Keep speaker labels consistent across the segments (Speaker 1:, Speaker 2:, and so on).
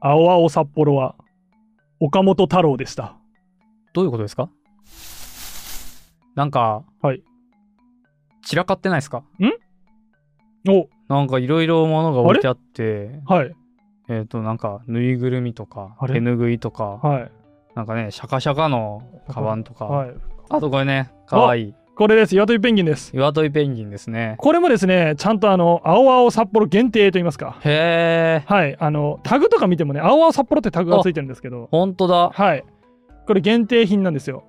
Speaker 1: 青青札幌は、岡本太郎でした。
Speaker 2: どういうことですかなんか、
Speaker 1: はい。
Speaker 2: 散らかってないですか
Speaker 1: お、
Speaker 2: なんかいろいろ物が置いてあって、
Speaker 1: はい、
Speaker 2: えっ、と、なんか、ぬいぐるみとか、
Speaker 1: あれ
Speaker 2: 手ぬぐいとか、
Speaker 1: はい、
Speaker 2: なんかね、シャカシャカのカバンとか、
Speaker 1: はい。
Speaker 2: あとこれね、かわいい、
Speaker 1: これです。岩飛ペンギンです。
Speaker 2: 岩戸ペンギンですね。
Speaker 1: これもですね、ちゃんとあの、青青札幌限定と言いますか。
Speaker 2: へえ、
Speaker 1: はい、あの、タグとか見てもね、青青札幌ってタグがついてるんですけど、
Speaker 2: ほんとだ。
Speaker 1: はい。これ限定品なんですよ。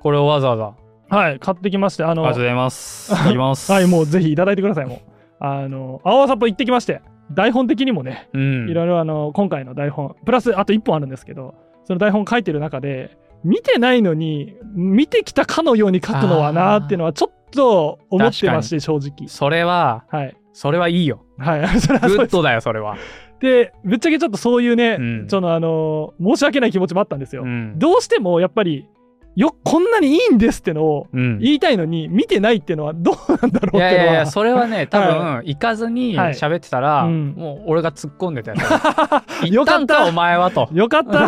Speaker 2: これをわざわざ。あ
Speaker 1: はい、買ってきまして、あ
Speaker 2: り
Speaker 1: の、
Speaker 2: がとうございます。いただきます。
Speaker 1: はい、もうぜひいただいてください、もう。あの、青々札幌行ってきまして、台本的にもね、
Speaker 2: うん。
Speaker 1: いろいろあの、今回の台本、プラスあと1本あるんですけど、その台本書いてる中で、見てないのに、見てきたかのように書くのはなーっていうのは、ちょっと思ってまして、正直。
Speaker 2: それは、
Speaker 1: はい。
Speaker 2: それはいいよ。
Speaker 1: はい、 それは
Speaker 2: グ
Speaker 1: そう
Speaker 2: ッ
Speaker 1: です。
Speaker 2: ドだよ、それは。
Speaker 1: で、ぶっちゃけちょっとそういうね、
Speaker 2: うん
Speaker 1: そのあの、申し訳ない気持ちもあったんですよ。
Speaker 2: うん。
Speaker 1: どうしても、やっぱり、よ、こんなにいいんですってのを
Speaker 2: うん
Speaker 1: 言いたいのに、見てないってのはどうなんだろうっての
Speaker 2: い
Speaker 1: は。
Speaker 2: やいやいや、それ はね、多分、行かずに
Speaker 1: はい
Speaker 2: 喋ってたら、
Speaker 1: うん
Speaker 2: もう俺が突っ込んでたよ。行
Speaker 1: よ
Speaker 2: っ
Speaker 1: か
Speaker 2: た
Speaker 1: っ
Speaker 2: ん
Speaker 1: た
Speaker 2: か、お前はと。
Speaker 1: よか った。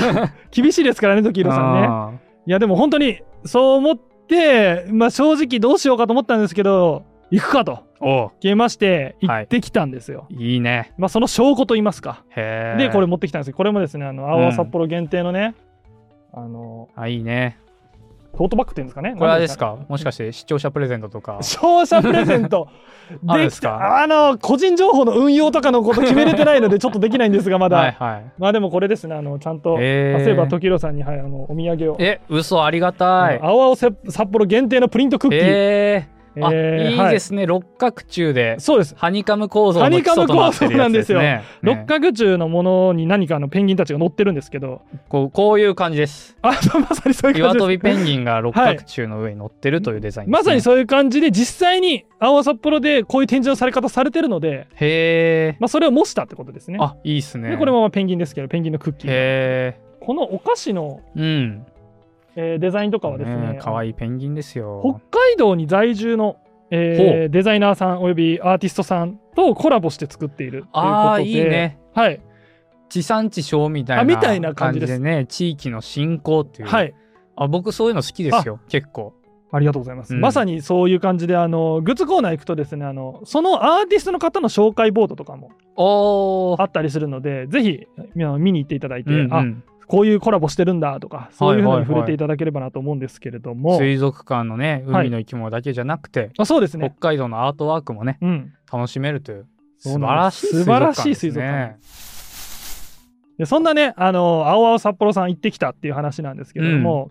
Speaker 1: 厳しいですからね、時色さんね。
Speaker 2: ね。
Speaker 1: いや、でも本当にそう思って、まあ正直どうしようかと思ったんですけど、行くかと
Speaker 2: おう
Speaker 1: 決めまして、
Speaker 2: はい
Speaker 1: 行ってきたんですよ。
Speaker 2: いいね。
Speaker 1: まあその証拠と言いますか。
Speaker 2: へえ。
Speaker 1: で、これ。持ってきたんですけど、これもですね、あの、青
Speaker 2: うん
Speaker 1: 札幌限定のね、あの、
Speaker 2: あ、いいね。
Speaker 1: トートバッグっていうんですかね。
Speaker 2: これはですか
Speaker 1: なんていうん
Speaker 2: もしかして視聴者プレゼントとか。
Speaker 1: 勝者プレゼン ト
Speaker 2: あ
Speaker 1: で
Speaker 2: るんで
Speaker 1: き
Speaker 2: す
Speaker 1: た
Speaker 2: か
Speaker 1: あの個人情報の運用とかのこと決めれてない のでちょっとできないんですがまだ、
Speaker 2: はいはい。
Speaker 1: まあでもこれですねあのちゃんと、
Speaker 2: へー
Speaker 1: 例えば時宏さんに、はい、あのお土産を
Speaker 2: え、嘘ありがたい。
Speaker 1: 青青せ札幌限定のプリントクッキー。
Speaker 2: ええ。あ、
Speaker 1: えー
Speaker 2: いいですね。六角柱で
Speaker 1: はい。、そうです。
Speaker 2: ハニカム構造の基礎となってるやつです
Speaker 1: ハニ
Speaker 2: ね。
Speaker 1: 六角柱のものに何かあのペンギンたちが乗ってるんですけど、
Speaker 2: ねこうこういう感じです。
Speaker 1: あ、 そうまさにそういう
Speaker 2: 岩
Speaker 1: 感じ
Speaker 2: 飛
Speaker 1: で
Speaker 2: びペンギンが六角柱の上に乗ってるというデザイ
Speaker 1: す。
Speaker 2: ンですね。
Speaker 1: まさにそういう感じで、実際に青札幌でこういう展示のされ方されてるので、
Speaker 2: へえ。
Speaker 1: まあ、それを模したってことですね。
Speaker 2: あ、いいっすね。
Speaker 1: で、これもまあペンギンですけど、ペンギンのクッキー。
Speaker 2: へ
Speaker 1: このお菓子の、
Speaker 2: え。うん。
Speaker 1: えーデザインとかはです
Speaker 2: ね
Speaker 1: ね、
Speaker 2: え可愛いペンギンですよ
Speaker 1: 北。海道に在住の、えーデザイナーさんおよびアーティストさんとコラボして作っているということで。
Speaker 2: ああ、いいね。
Speaker 1: はい。
Speaker 2: 地産地消みたいな
Speaker 1: あみたいな感じです
Speaker 2: ね、地域の振興っていう。
Speaker 1: はい。
Speaker 2: あ、僕そういうの好きですよ。結構。
Speaker 1: ありがとうございます、
Speaker 2: うん
Speaker 1: まさにそういう感じであのグッズコーナー行くとですねあのそのアーティストの方の紹介ボードとかも
Speaker 2: おお
Speaker 1: あ。ったりするのでぜひみんな見に行っていただいて、
Speaker 2: うんう
Speaker 1: あ
Speaker 2: ん
Speaker 1: こういうコラボしてるんだとかそういうの
Speaker 2: はい
Speaker 1: に
Speaker 2: はいはい
Speaker 1: 触れていただければなと思うんですけれども、
Speaker 2: 水族館のね、
Speaker 1: はい
Speaker 2: 海の生き物だけじゃなくて、
Speaker 1: あそうです
Speaker 2: 北
Speaker 1: ね、
Speaker 2: 海道のアートワークもね、
Speaker 1: うん、
Speaker 2: 楽しめるという。
Speaker 1: そう
Speaker 2: 素
Speaker 1: な
Speaker 2: 晴
Speaker 1: ん
Speaker 2: ら
Speaker 1: で
Speaker 2: し
Speaker 1: す
Speaker 2: い水族館
Speaker 1: 素
Speaker 2: です、ね。
Speaker 1: 晴らしい水族館でそんなねあの青々札幌さん行ってきたっていう話なんですけれども、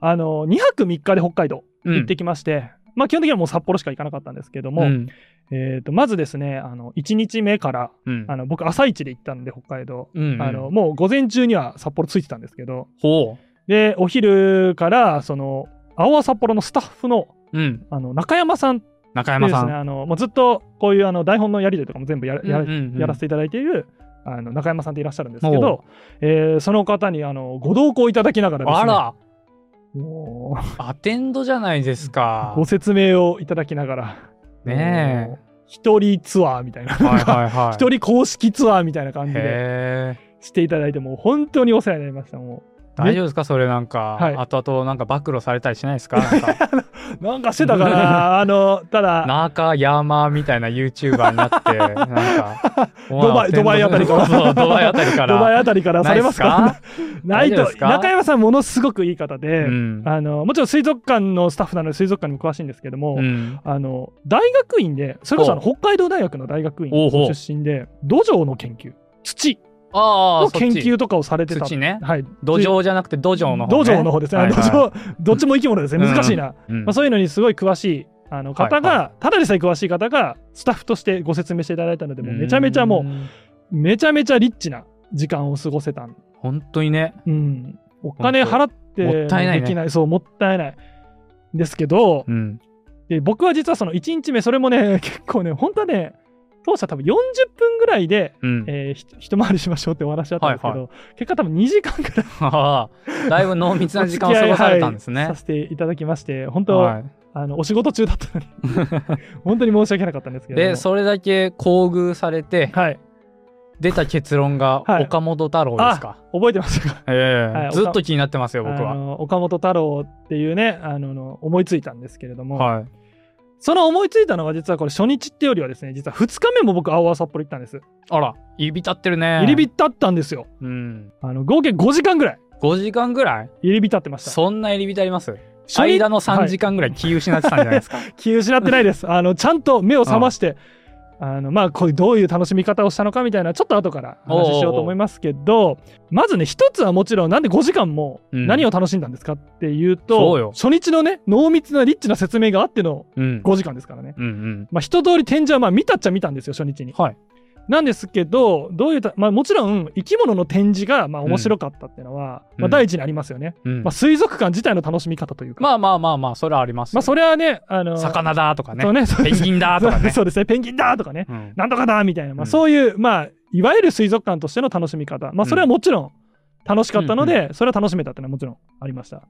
Speaker 1: あの2泊3日で北海道
Speaker 2: うん
Speaker 1: 行ってきまして、まあ、基本的にはもう札幌しか行かなかったんですけども、
Speaker 2: うん
Speaker 1: えー、とまずですねあの1日目から
Speaker 2: うん
Speaker 1: あの僕朝一で行ったんで北海道、
Speaker 2: うんうん
Speaker 1: あのもう午前中には札幌着いてたんですけど
Speaker 2: ほ
Speaker 1: でお昼からその青葉札幌のスタッフの
Speaker 2: う。うん。
Speaker 1: あの中山さんって
Speaker 2: 中
Speaker 1: いう
Speaker 2: 山
Speaker 1: で
Speaker 2: さ
Speaker 1: す
Speaker 2: ん。
Speaker 1: ねあのもうずっとこういうあの台本のやり取りとかも全部やらやら
Speaker 2: うんうんうん
Speaker 1: やらせていただいているあの中山さんっていらっしゃるんですけ
Speaker 2: おう
Speaker 1: ど、えーその方にあのご同行いただきながらですね
Speaker 2: あら、
Speaker 1: もう
Speaker 2: アテンドじゃないですか
Speaker 1: ご。説明をいただきながら
Speaker 2: ね
Speaker 1: もう一人ツアーみたいな
Speaker 2: え。はいはいはい。
Speaker 1: 一人公式ツアーみたいな感じで
Speaker 2: へえ。
Speaker 1: していただいてもう本当にお世話になりましたもう
Speaker 2: 大丈夫ですかそれなんか、
Speaker 1: はい
Speaker 2: 後々なんか暴露されたりしないです かなんか
Speaker 1: なんかしてたか なあの、ただ、
Speaker 2: 中山みたいな YouTuber になってなんか
Speaker 1: ドバイドバイあたりか
Speaker 2: からら そうドバイあたり か
Speaker 1: ド
Speaker 2: ら
Speaker 1: バイあたりからされますかな
Speaker 2: ない
Speaker 1: い
Speaker 2: っすか大丈夫
Speaker 1: と
Speaker 2: で、すか
Speaker 1: 中山さんものすごくいい方で、
Speaker 2: うん
Speaker 1: あの、もちろん水族館のスタッフなので水族館にも詳しいんですけども、
Speaker 2: うん
Speaker 1: あの、大学院で、それこそあの北海道大学の大学院
Speaker 2: おうほう
Speaker 1: 出身で、土壌の研究、土
Speaker 2: ああ
Speaker 1: の
Speaker 2: そっ
Speaker 1: 研
Speaker 2: ち
Speaker 1: 究とかをされてた。
Speaker 2: 土ね
Speaker 1: はい。
Speaker 2: 土壌じゃなくて土壌の
Speaker 1: 土
Speaker 2: 方、ね、
Speaker 1: 壌の方ですね。あの
Speaker 2: はいはい
Speaker 1: 土壌、どっちも生き物ですね。難しいな。
Speaker 2: うん
Speaker 1: まあ、そういうのにすごい詳しい。あの方が、
Speaker 2: はい
Speaker 1: ただでさえ詳しい方がスタッフとしてご説明していただいたのでもうめちゃめちゃもう
Speaker 2: うん
Speaker 1: めちゃめちゃリッチな時間を過ごせたん、
Speaker 2: 本当にね
Speaker 1: うん、お金払って
Speaker 2: もったいないね
Speaker 1: できないそうもったいないですけど、
Speaker 2: うん
Speaker 1: で僕は実はその1日目それもね 結構ね本当はね当初は多分40分ぐらいで、
Speaker 2: うん
Speaker 1: えーひ一回りしましょうってお話だったんですけど、
Speaker 2: はい
Speaker 1: 結果多分2時間ぐらい
Speaker 2: ああだいぶ濃密な時間を
Speaker 1: お付き合い
Speaker 2: 過ごされたんです ね、
Speaker 1: はい
Speaker 2: は
Speaker 1: さ
Speaker 2: い
Speaker 1: せていただきまして本当、あのお仕事中だ ったのに本当に申し訳なかったんですけれども
Speaker 2: でそれだけ厚遇されて
Speaker 1: はい
Speaker 2: 出た結論が
Speaker 1: はい
Speaker 2: 岡本太郎ですか。
Speaker 1: 覚えてますか
Speaker 2: ええ
Speaker 1: はい
Speaker 2: ずっと気になってますよ、僕
Speaker 1: あ
Speaker 2: は。
Speaker 1: の岡本太郎っていうねあのの思いついたんですけれども、
Speaker 2: はい。
Speaker 1: その思いついたのが実はこれ初日ってよりはですね実は2日目も僕青葉札幌行ったんです
Speaker 2: あら、入り浸ってるね。
Speaker 1: 入り浸ったんですよ
Speaker 2: うん。
Speaker 1: あの合計5時間ぐらい
Speaker 2: 5時間ぐらい
Speaker 1: 入り浸ってました
Speaker 2: そんな入り浸ります
Speaker 1: 初日
Speaker 2: 間の3
Speaker 1: はい
Speaker 2: 時間ぐらい気失ってたんじゃないですか。
Speaker 1: 気失ってない です。あのちゃんと目を覚まして、あのまあこういうどういう楽しみ方をしたのかみたいなちょっと後から話しようと思いますけど、まずね一つはもちろんなんで5時間も
Speaker 2: うん
Speaker 1: 何を楽しんだんですかっていう
Speaker 2: そうよ
Speaker 1: と、初日のね濃密なリッチな説明があっての
Speaker 2: うん。
Speaker 1: 5時間ですからね。
Speaker 2: うんうん。
Speaker 1: まあ一通り展示はまあ見たっちゃ見たんですよ初日に。
Speaker 2: はい。
Speaker 1: なんですけどどういうたまあもちろん生き物の展示がまあ面白かったっていうのは、
Speaker 2: うん
Speaker 1: まあ第一にありますよね。
Speaker 2: うん
Speaker 1: まあ水族館自体の楽しみ方というか。
Speaker 2: まあまあまあまあ、それはありますよ。
Speaker 1: まあそれはね、あの
Speaker 2: 魚だとかね
Speaker 1: そう。ね、そう
Speaker 2: ペ
Speaker 1: で
Speaker 2: ン
Speaker 1: すね。
Speaker 2: ギンだとか ね
Speaker 1: そうですね、ペンギンだとかね、
Speaker 2: うん
Speaker 1: なんとかだみたいな、ま
Speaker 2: う
Speaker 1: あ、
Speaker 2: ん
Speaker 1: そういう、まあ、いわゆる水族館としての楽しみ方、まあ、それはもちろん楽しかったので、それは楽しめたっていうのはもちろんありました。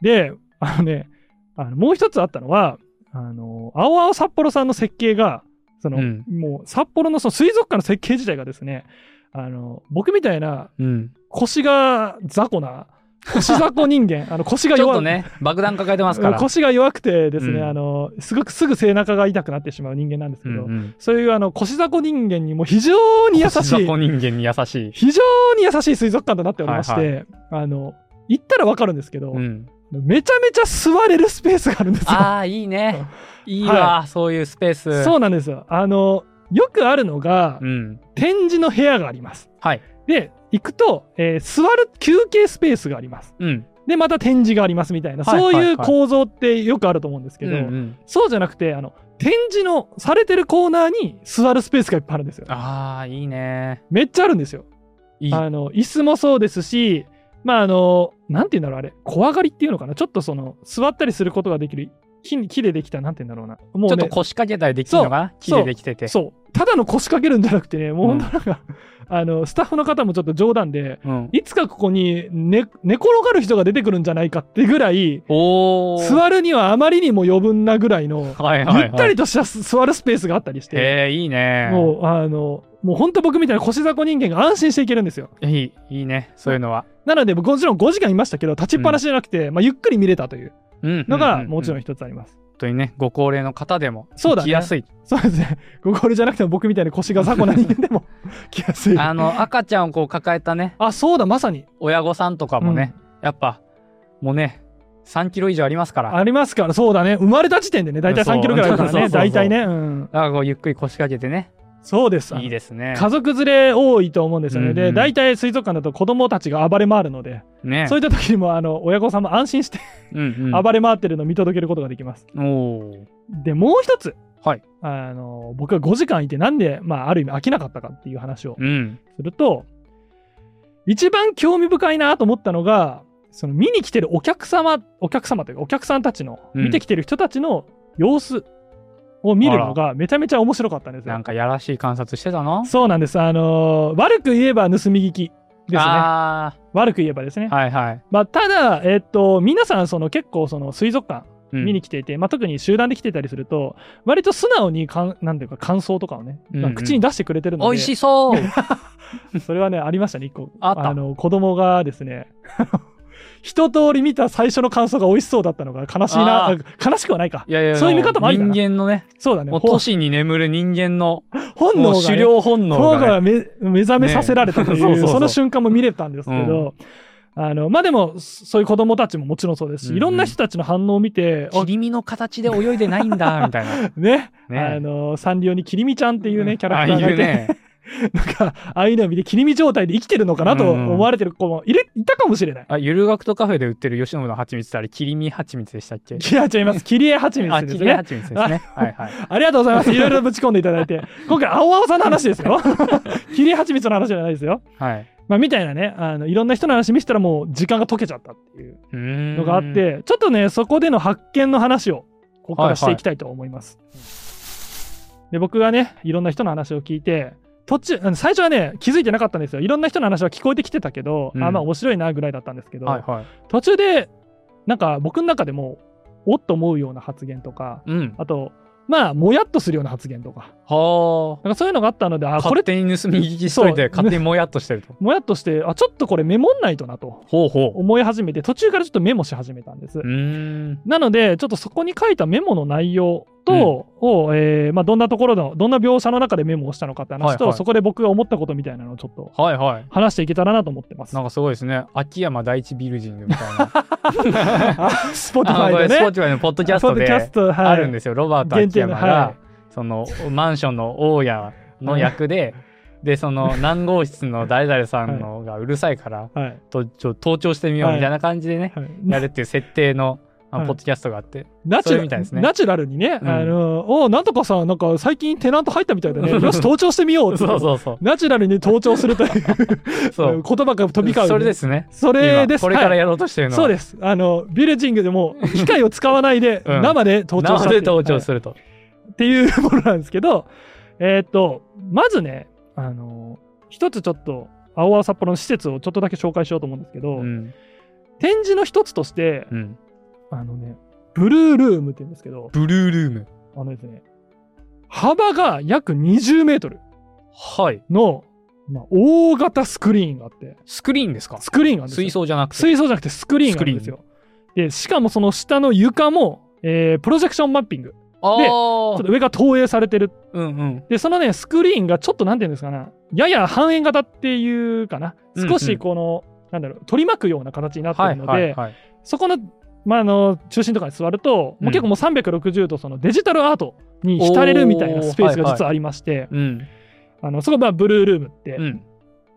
Speaker 1: で、あのね、あのもう一つあったのは、あの青々札幌さんの設計が、その
Speaker 2: うん
Speaker 1: もう札幌のその水族館の設計自体がですね、あの僕みたいな
Speaker 2: うん。
Speaker 1: 腰が雑魚な、腰雑魚人間、あの腰が
Speaker 2: ちょっ
Speaker 1: 弱
Speaker 2: と
Speaker 1: い。
Speaker 2: ね、爆弾抱えてますから。
Speaker 1: 腰が弱くてですね、
Speaker 2: うん
Speaker 1: あのすごくすぐ背中が痛くなってしまう人間なんですけ
Speaker 2: う
Speaker 1: ど、
Speaker 2: んうん。
Speaker 1: そういうあの腰雑魚人間にも非常に優し
Speaker 2: 雑
Speaker 1: い
Speaker 2: 魚人間に優しい。
Speaker 1: 非常に優しい水族館となっておりまして、
Speaker 2: はい
Speaker 1: あの行ったらわかるんですけど、
Speaker 2: うん。
Speaker 1: めちゃめちゃ座れるスペースがあるんですよ。
Speaker 2: ああ、いいね。いいわ、そういうスペース。
Speaker 1: そうなんですよ。あのよくあるのが、
Speaker 2: うん。
Speaker 1: 展示の部屋があります。
Speaker 2: はい。
Speaker 1: で行くと、えー座る休憩スペースがあります。
Speaker 2: うん。
Speaker 1: でまた展示がありますみたいな、
Speaker 2: はいはいはい
Speaker 1: そういう構造ってよくあると思うんですけど、
Speaker 2: うんうん
Speaker 1: そうじゃなくてあの展示のされてるコーナーに座るスペースがいっぱいあるんですよ。
Speaker 2: ああ、いいね。
Speaker 1: めっちゃあるんですよ。
Speaker 2: いい。
Speaker 1: あの椅子もそうですし、まああの、なんて言うんだろう、あれ、怖がりっていうのかな、ちょっとその座ったりすることができる木木でできた、なんて言うんだろうな、も
Speaker 2: ちょ
Speaker 1: う、
Speaker 2: っと
Speaker 1: ね、
Speaker 2: 腰掛けたりできるのかな木でできてて。
Speaker 1: そう、ただの腰掛けるんじゃなくてね、もう
Speaker 2: うん
Speaker 1: 本当なんか、あのスタッフの方もちょっと冗談で、
Speaker 2: うん。
Speaker 1: いつかここに寝寝転がる人が出てくるんじゃないかってぐらい、
Speaker 2: おー。
Speaker 1: 座るにはあまりにも余分なぐらいの、
Speaker 2: はいはい、はい。
Speaker 1: ゆったりとしたす座るスペースがあったりして、
Speaker 2: えー、いいね。
Speaker 1: もう、あの、もう本当僕みたいな腰雑魚人間が安心していけるんですよ。
Speaker 2: いい、いいね。そういうのは。
Speaker 1: なので、もちろん5時間いましたけど、立ちっぱなしじゃなくて、まあ、ゆっくり見れたという
Speaker 2: うん。
Speaker 1: の
Speaker 2: うう
Speaker 1: が、
Speaker 2: う
Speaker 1: もちろん
Speaker 2: 本
Speaker 1: 一つあります。
Speaker 2: 当にね、ご高齢の方でも、
Speaker 1: そうだね
Speaker 2: 来や すい。
Speaker 1: そうですね。ご高齢じゃなくても、僕みたいな腰が雑魚な人間で も来やすい。
Speaker 2: あ
Speaker 1: あ
Speaker 2: の、赤ちゃんをこう抱えたね、
Speaker 1: そうだ、まさに。
Speaker 2: 親御さんとかもね、やっぱ、もうね、3キロ以上ありますから。
Speaker 1: ありますから、そうだね。生まれた時点でね、大体
Speaker 2: そう
Speaker 1: 3キロぐらいあるから
Speaker 2: そうそう
Speaker 1: ね、
Speaker 2: そう
Speaker 1: 大体ね。うん。
Speaker 2: だからこう、ゆっくり腰掛けてね、
Speaker 1: そうです。
Speaker 2: いいですね。
Speaker 1: 家族連れ多いと思うんですよね。
Speaker 2: うんう
Speaker 1: で、
Speaker 2: ん
Speaker 1: 大体水族館だと子供たちが暴れ回るので、
Speaker 2: ね。
Speaker 1: そういった時にも、あの、親御さんも安心して
Speaker 2: うんうん、
Speaker 1: 暴れ回ってるのを見届けることができます。
Speaker 2: おー
Speaker 1: で、もう一つ。
Speaker 2: はい。
Speaker 1: あの、僕が5時間いて、なんで、まあ、ある意味飽きなかったかっていう話を
Speaker 2: うん。
Speaker 1: すると一番興味深いなと思ったのがその見に来てるお客様お客様というかお客さんたちの、
Speaker 2: うん
Speaker 1: 見てきてる人たちの様子を見るのがめちゃめちゃ面白かったんですよ
Speaker 2: なんかやらしい観察してたの
Speaker 1: そうなんですあのー悪く言えば盗み聞きですね
Speaker 2: あ
Speaker 1: 悪く言えばですね、
Speaker 2: あ、はいはい。
Speaker 1: まあ、ただ、えっと皆さんその結構その水族館
Speaker 2: うん
Speaker 1: 見に来ていて、まあ、特に集団で来てたりすると割と素直にかんなんていうか感想とかをね、
Speaker 2: うんうん
Speaker 1: まあ口に出してくれてるの
Speaker 2: 美
Speaker 1: で
Speaker 2: 味しそう
Speaker 1: それはね、ありましたね、一個。
Speaker 2: あった
Speaker 1: の、子供がですね、 一通り見た最初の感想が美味しそうだったのが悲しいな、あ
Speaker 2: あ
Speaker 1: 悲しくはないか。
Speaker 2: いやい や、
Speaker 1: そういう見方もありだな
Speaker 2: 人間のね、
Speaker 1: そうだね、
Speaker 2: もう
Speaker 1: ほ
Speaker 2: 都市に眠る人間の、
Speaker 1: 本能
Speaker 2: も
Speaker 1: が、
Speaker 2: う
Speaker 1: ね、
Speaker 2: 狩猟本能
Speaker 1: 本能
Speaker 2: がね、
Speaker 1: が目目覚めさせられたという、
Speaker 2: ねそうそうそう
Speaker 1: その瞬間も見れたんですけど、あの、まあ、でも、そそういう子供たちももちろんそうですし、
Speaker 2: うんうん
Speaker 1: いろんな人たちの反応を見て、あ
Speaker 2: 切り身の形で泳いでないんだ、みたいな。
Speaker 1: ね、
Speaker 2: ね
Speaker 1: あの、サンリオにキリミちゃんっていうね、キャラクター
Speaker 2: ああ
Speaker 1: が
Speaker 2: い
Speaker 1: いうて、
Speaker 2: ね。
Speaker 1: なんか、ああいうのを見て、切り身状態で生きてるのかなと思われてる子もいれいたかもしれない。
Speaker 2: あ、ゆるがくとカフェで売ってる吉野の蜂蜜ってあれ、切り身蜂蜜でしたっけ
Speaker 1: いや、違います。切り絵蜂
Speaker 2: あ、
Speaker 1: 蜜です
Speaker 2: 切り身
Speaker 1: ね。
Speaker 2: 蜂蜜で すね。はいはい。
Speaker 1: ありがとうございます。いろいろぶち込んでいただいて。今回、青々さんの話ですよ。 切り蜂蜜の話じゃないですよ。
Speaker 2: はい。
Speaker 1: まあ、みたいなね、あの、いろんな人の話見せたらもう時間が解けちゃったっていう
Speaker 2: うーん
Speaker 1: のがあっ。て、ちょっとね、そこでの発見の話を、ここからしていきたいと思います。で、僕がね、いろんな人の話を聞いて、途中、あの最初はね、気づいてなかったんですよ。いろんな人の話は聞こえてきてたけど、
Speaker 2: うん
Speaker 1: あ、まあ面白いなぐらいだったんですけど、
Speaker 2: はいはい。
Speaker 1: 途中で、なんか僕の中でも、おっと思うような発言とか、
Speaker 2: うん。
Speaker 1: あと、まあ、もやっとするような発言とか、
Speaker 2: はあ。
Speaker 1: なんかそういうのがあったので、あ、こ
Speaker 2: 勝
Speaker 1: れ、
Speaker 2: 手に盗み聞きしとい
Speaker 1: そ
Speaker 2: て、
Speaker 1: う
Speaker 2: 勝手にもやっとしてると。
Speaker 1: もやっとして、あ、ちょっとこれメモんないとなと
Speaker 2: ほうほ
Speaker 1: 思い始めて、途中からちょっとメモし始めたんです
Speaker 2: う。う。ーん。
Speaker 1: なので、ちょっとそこに書いたメモの内容と、を、えーまあ、どんなところの、どんな描写の中でメモをしたのかって話と、
Speaker 2: はいはい
Speaker 1: そこで僕が思ったことみたいなのをちょっと
Speaker 2: はいはい。
Speaker 1: 話していけたらなと思ってます
Speaker 2: なん。かすごいですね。秋山第一ビルジングみた いな。
Speaker 1: スポティフ
Speaker 2: あのこ
Speaker 1: ァ
Speaker 2: れ
Speaker 1: イ
Speaker 2: スポー
Speaker 1: でね。
Speaker 2: ティファイのポッドキャスト
Speaker 1: ポッドキャ
Speaker 2: で
Speaker 1: スト、はい、
Speaker 2: あるんですよ。ロバート秋
Speaker 1: 限定
Speaker 2: 山
Speaker 1: のは
Speaker 2: が、そのマンションの大家の役で、で、その何号室の誰々さんのがうるさいから、
Speaker 1: はい。
Speaker 2: とちょ盗聴してみようみたいな感じでね、
Speaker 1: はい
Speaker 2: やるっていう設定の、あ
Speaker 1: はい
Speaker 2: ポッドキャストがあって、
Speaker 1: ナチュ
Speaker 2: それ
Speaker 1: ラ
Speaker 2: みたいですね
Speaker 1: ナチュラルにね、
Speaker 2: うん
Speaker 1: あの、おうなんとかさん、なんか最近テナント入ったみたいだね。よし、盗聴してみようっつって
Speaker 2: そうそうそ
Speaker 1: ナチュラルに盗聴するという
Speaker 2: うそう
Speaker 1: 言葉が飛び交う。
Speaker 2: それですね
Speaker 1: それです。
Speaker 2: 今これから
Speaker 1: はい
Speaker 2: やろうとしてるのは、
Speaker 1: そうです。あの、ビルジングで も、機械を使わないで、
Speaker 2: うん
Speaker 1: 生で盗聴したってい
Speaker 2: 生
Speaker 1: う
Speaker 2: で盗聴
Speaker 1: はい
Speaker 2: すると、
Speaker 1: っていうものなんですけど、えーっと、まずね、あの、一つちょっと、青々札幌の施設をちょっとだけ紹介しようと思うんですけど、
Speaker 2: うん
Speaker 1: 展示の一つとして、
Speaker 2: うん、
Speaker 1: あのね、ブルールームって言うんですけど、
Speaker 2: ブルールーム
Speaker 1: あのですね、幅が約20メートル
Speaker 2: はい
Speaker 1: の、まあ、大型スクリーンがあって、
Speaker 2: スクリーンですか
Speaker 1: スクリーンがあるんですよ
Speaker 2: 水槽じゃなくて
Speaker 1: 水槽じゃなくてスクリーンがあるんですよ。で、しかもその下の床も、えープロジェクションマッピング。ち
Speaker 2: あ
Speaker 1: でょ
Speaker 2: ー
Speaker 1: っと上が投影されてる。
Speaker 2: うんうん
Speaker 1: で、そのね、スクリーンがちょっとなんていうんですかな、やや半円型っていうかな、
Speaker 2: うんうん
Speaker 1: 少しこの、なんだろう、取り巻くような形になって
Speaker 2: は
Speaker 1: る
Speaker 2: い
Speaker 1: ので、
Speaker 2: はいはい
Speaker 1: そこの、まあ、あの中心とかに座ると、
Speaker 2: うん
Speaker 1: もう結構もう360度そのデジタルアートに浸れるみたいなスペースが実はありまして、
Speaker 2: うん
Speaker 1: あのそこはまあブルールームって
Speaker 2: うん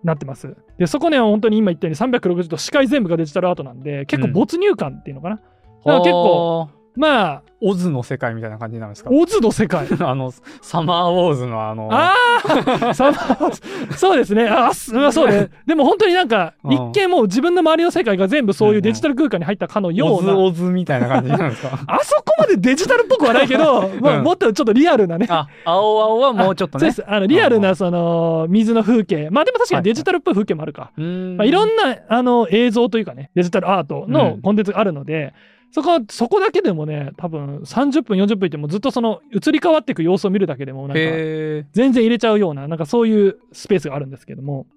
Speaker 1: なってます。で、そこね、本当に今言ったように360度視界全部がデジタルアートなんで、結構没入感っていうのかな。なんか結構、
Speaker 2: はー
Speaker 1: まあ、
Speaker 2: オズの世界みたいな感じになるんですか
Speaker 1: オズの世界。
Speaker 2: あのサマーウォーズ のあの
Speaker 1: ああサマーウォーズそうですね。あ、すうんそうね。でも本当になんか、
Speaker 2: うん
Speaker 1: 一見もう自分の周りの世界が全部そういうデジタル空間に入ったかのよ
Speaker 2: オ
Speaker 1: う
Speaker 2: ズ
Speaker 1: な、
Speaker 2: オズみたいな感じになるんで すか
Speaker 1: あそこまでデジタルっぽくはないけど、まあ、
Speaker 2: うん
Speaker 1: もっとちょっとリアルなね。
Speaker 2: あ青青はもうちょっと
Speaker 1: そうで
Speaker 2: ね
Speaker 1: すあのリアルなその水の風景、まあでも確かにデジタルっぽい風景もあるか、
Speaker 2: うーん
Speaker 1: まあ、いろんなあの映像というかね、デジタルアート
Speaker 2: う
Speaker 1: の
Speaker 2: ん
Speaker 1: コンテンツがあるので、そこはそこだけでもね、多分30分、40分いてもずっとその移り変わっていく様子を見るだけでも、なんか
Speaker 2: へえ。
Speaker 1: 全然入れちゃうような、なんかそういうスペースがあるんですけども、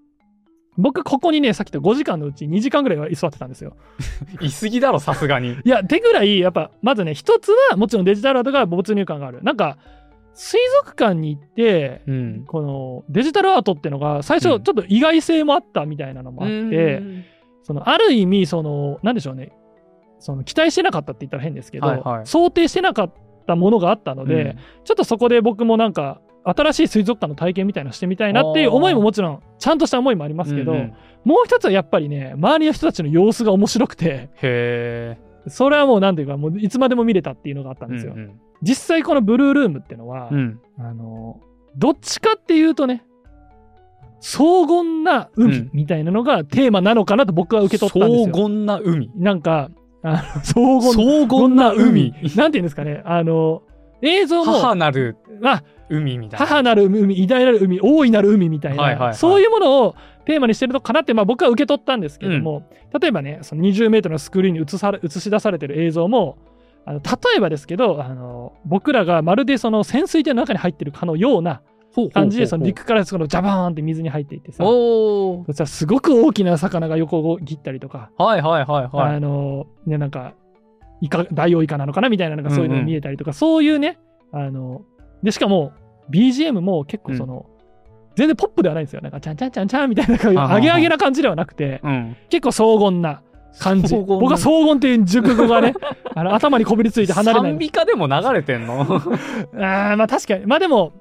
Speaker 1: 僕、ここにね、さっきと5時間のうち2時間ぐらいは居座ってたんですよ。
Speaker 2: いすぎだろ、さすがに。
Speaker 1: いや、手ぐらい、やっぱ、まずね、一つはもちろんデジタルアートが没入感がある。なんか、水族館に行って、
Speaker 2: うん。
Speaker 1: このデジタルアートってのが最初ち
Speaker 2: う
Speaker 1: ょっ
Speaker 2: ん
Speaker 1: と意外性もあったみたいなのもあって、そのある意味その何でしょうねその期待してなかったって言ったら変ですけど、
Speaker 2: はいはい
Speaker 1: 想定してなかったものがあったので、ちょっとそこで僕もなんか新しい水族館の体験みたいなのしてみたいなっていう思いももちろんちゃんとした思いもあり
Speaker 2: ま
Speaker 1: ますけど、もう一つはやっぱりね周りの人たちの様子が面白くて
Speaker 2: へえ。
Speaker 1: それはもう何ていうかもういつまでも見れたっていうのがあったんですよ。
Speaker 2: うん
Speaker 1: 実際このブルールームってのは、
Speaker 2: うん。
Speaker 1: あのどっちかっていうとね荘厳な
Speaker 2: う
Speaker 1: 海
Speaker 2: ん
Speaker 1: みたいなのがテーマなのかなと僕は受け取ったんです
Speaker 2: 荘
Speaker 1: よ。
Speaker 2: 厳な海。
Speaker 1: なんかあの荘厳
Speaker 2: 荘厳な海。
Speaker 1: なんていうんですかねあの映像も
Speaker 2: 母なる
Speaker 1: あ
Speaker 2: 海みたいな。
Speaker 1: 母なる海偉大なる海大いなる海みたいな、
Speaker 2: はいはいはい
Speaker 1: そういうものをテーマにしてるのかなって、まあ、僕は受け取ったんですけども、例えばねその 20m のスクリーンに映され映し出されてる映像もあの例えばですけどあの僕らがまるでその潜水艇の中に入ってるかのような
Speaker 2: ほうほうほう
Speaker 1: 感じでその陸からそのジャバーンって水に入っていってさ
Speaker 2: おー
Speaker 1: そしたらすごく大きな魚が横を切ったりとか、
Speaker 2: はいはいはいは
Speaker 1: あのねなんかイカダイオウイカなのかなみたいなのがそういうの
Speaker 2: う
Speaker 1: が
Speaker 2: んうん
Speaker 1: 見えたりとか、そういうねあのでしかも BGM も結構その、全然ポップではないんですよなんかチャンチャンチャンチャンみたいな
Speaker 2: ははは
Speaker 1: アゲアゲな感じではなくて
Speaker 2: い。うん。
Speaker 1: 結構荘厳な感じ
Speaker 2: 荘厳な
Speaker 1: 僕は荘厳っていう熟語 がねあの頭にこびりついて離れない
Speaker 2: 賛美歌でも流れてんの
Speaker 1: あーまあ確かにまあでも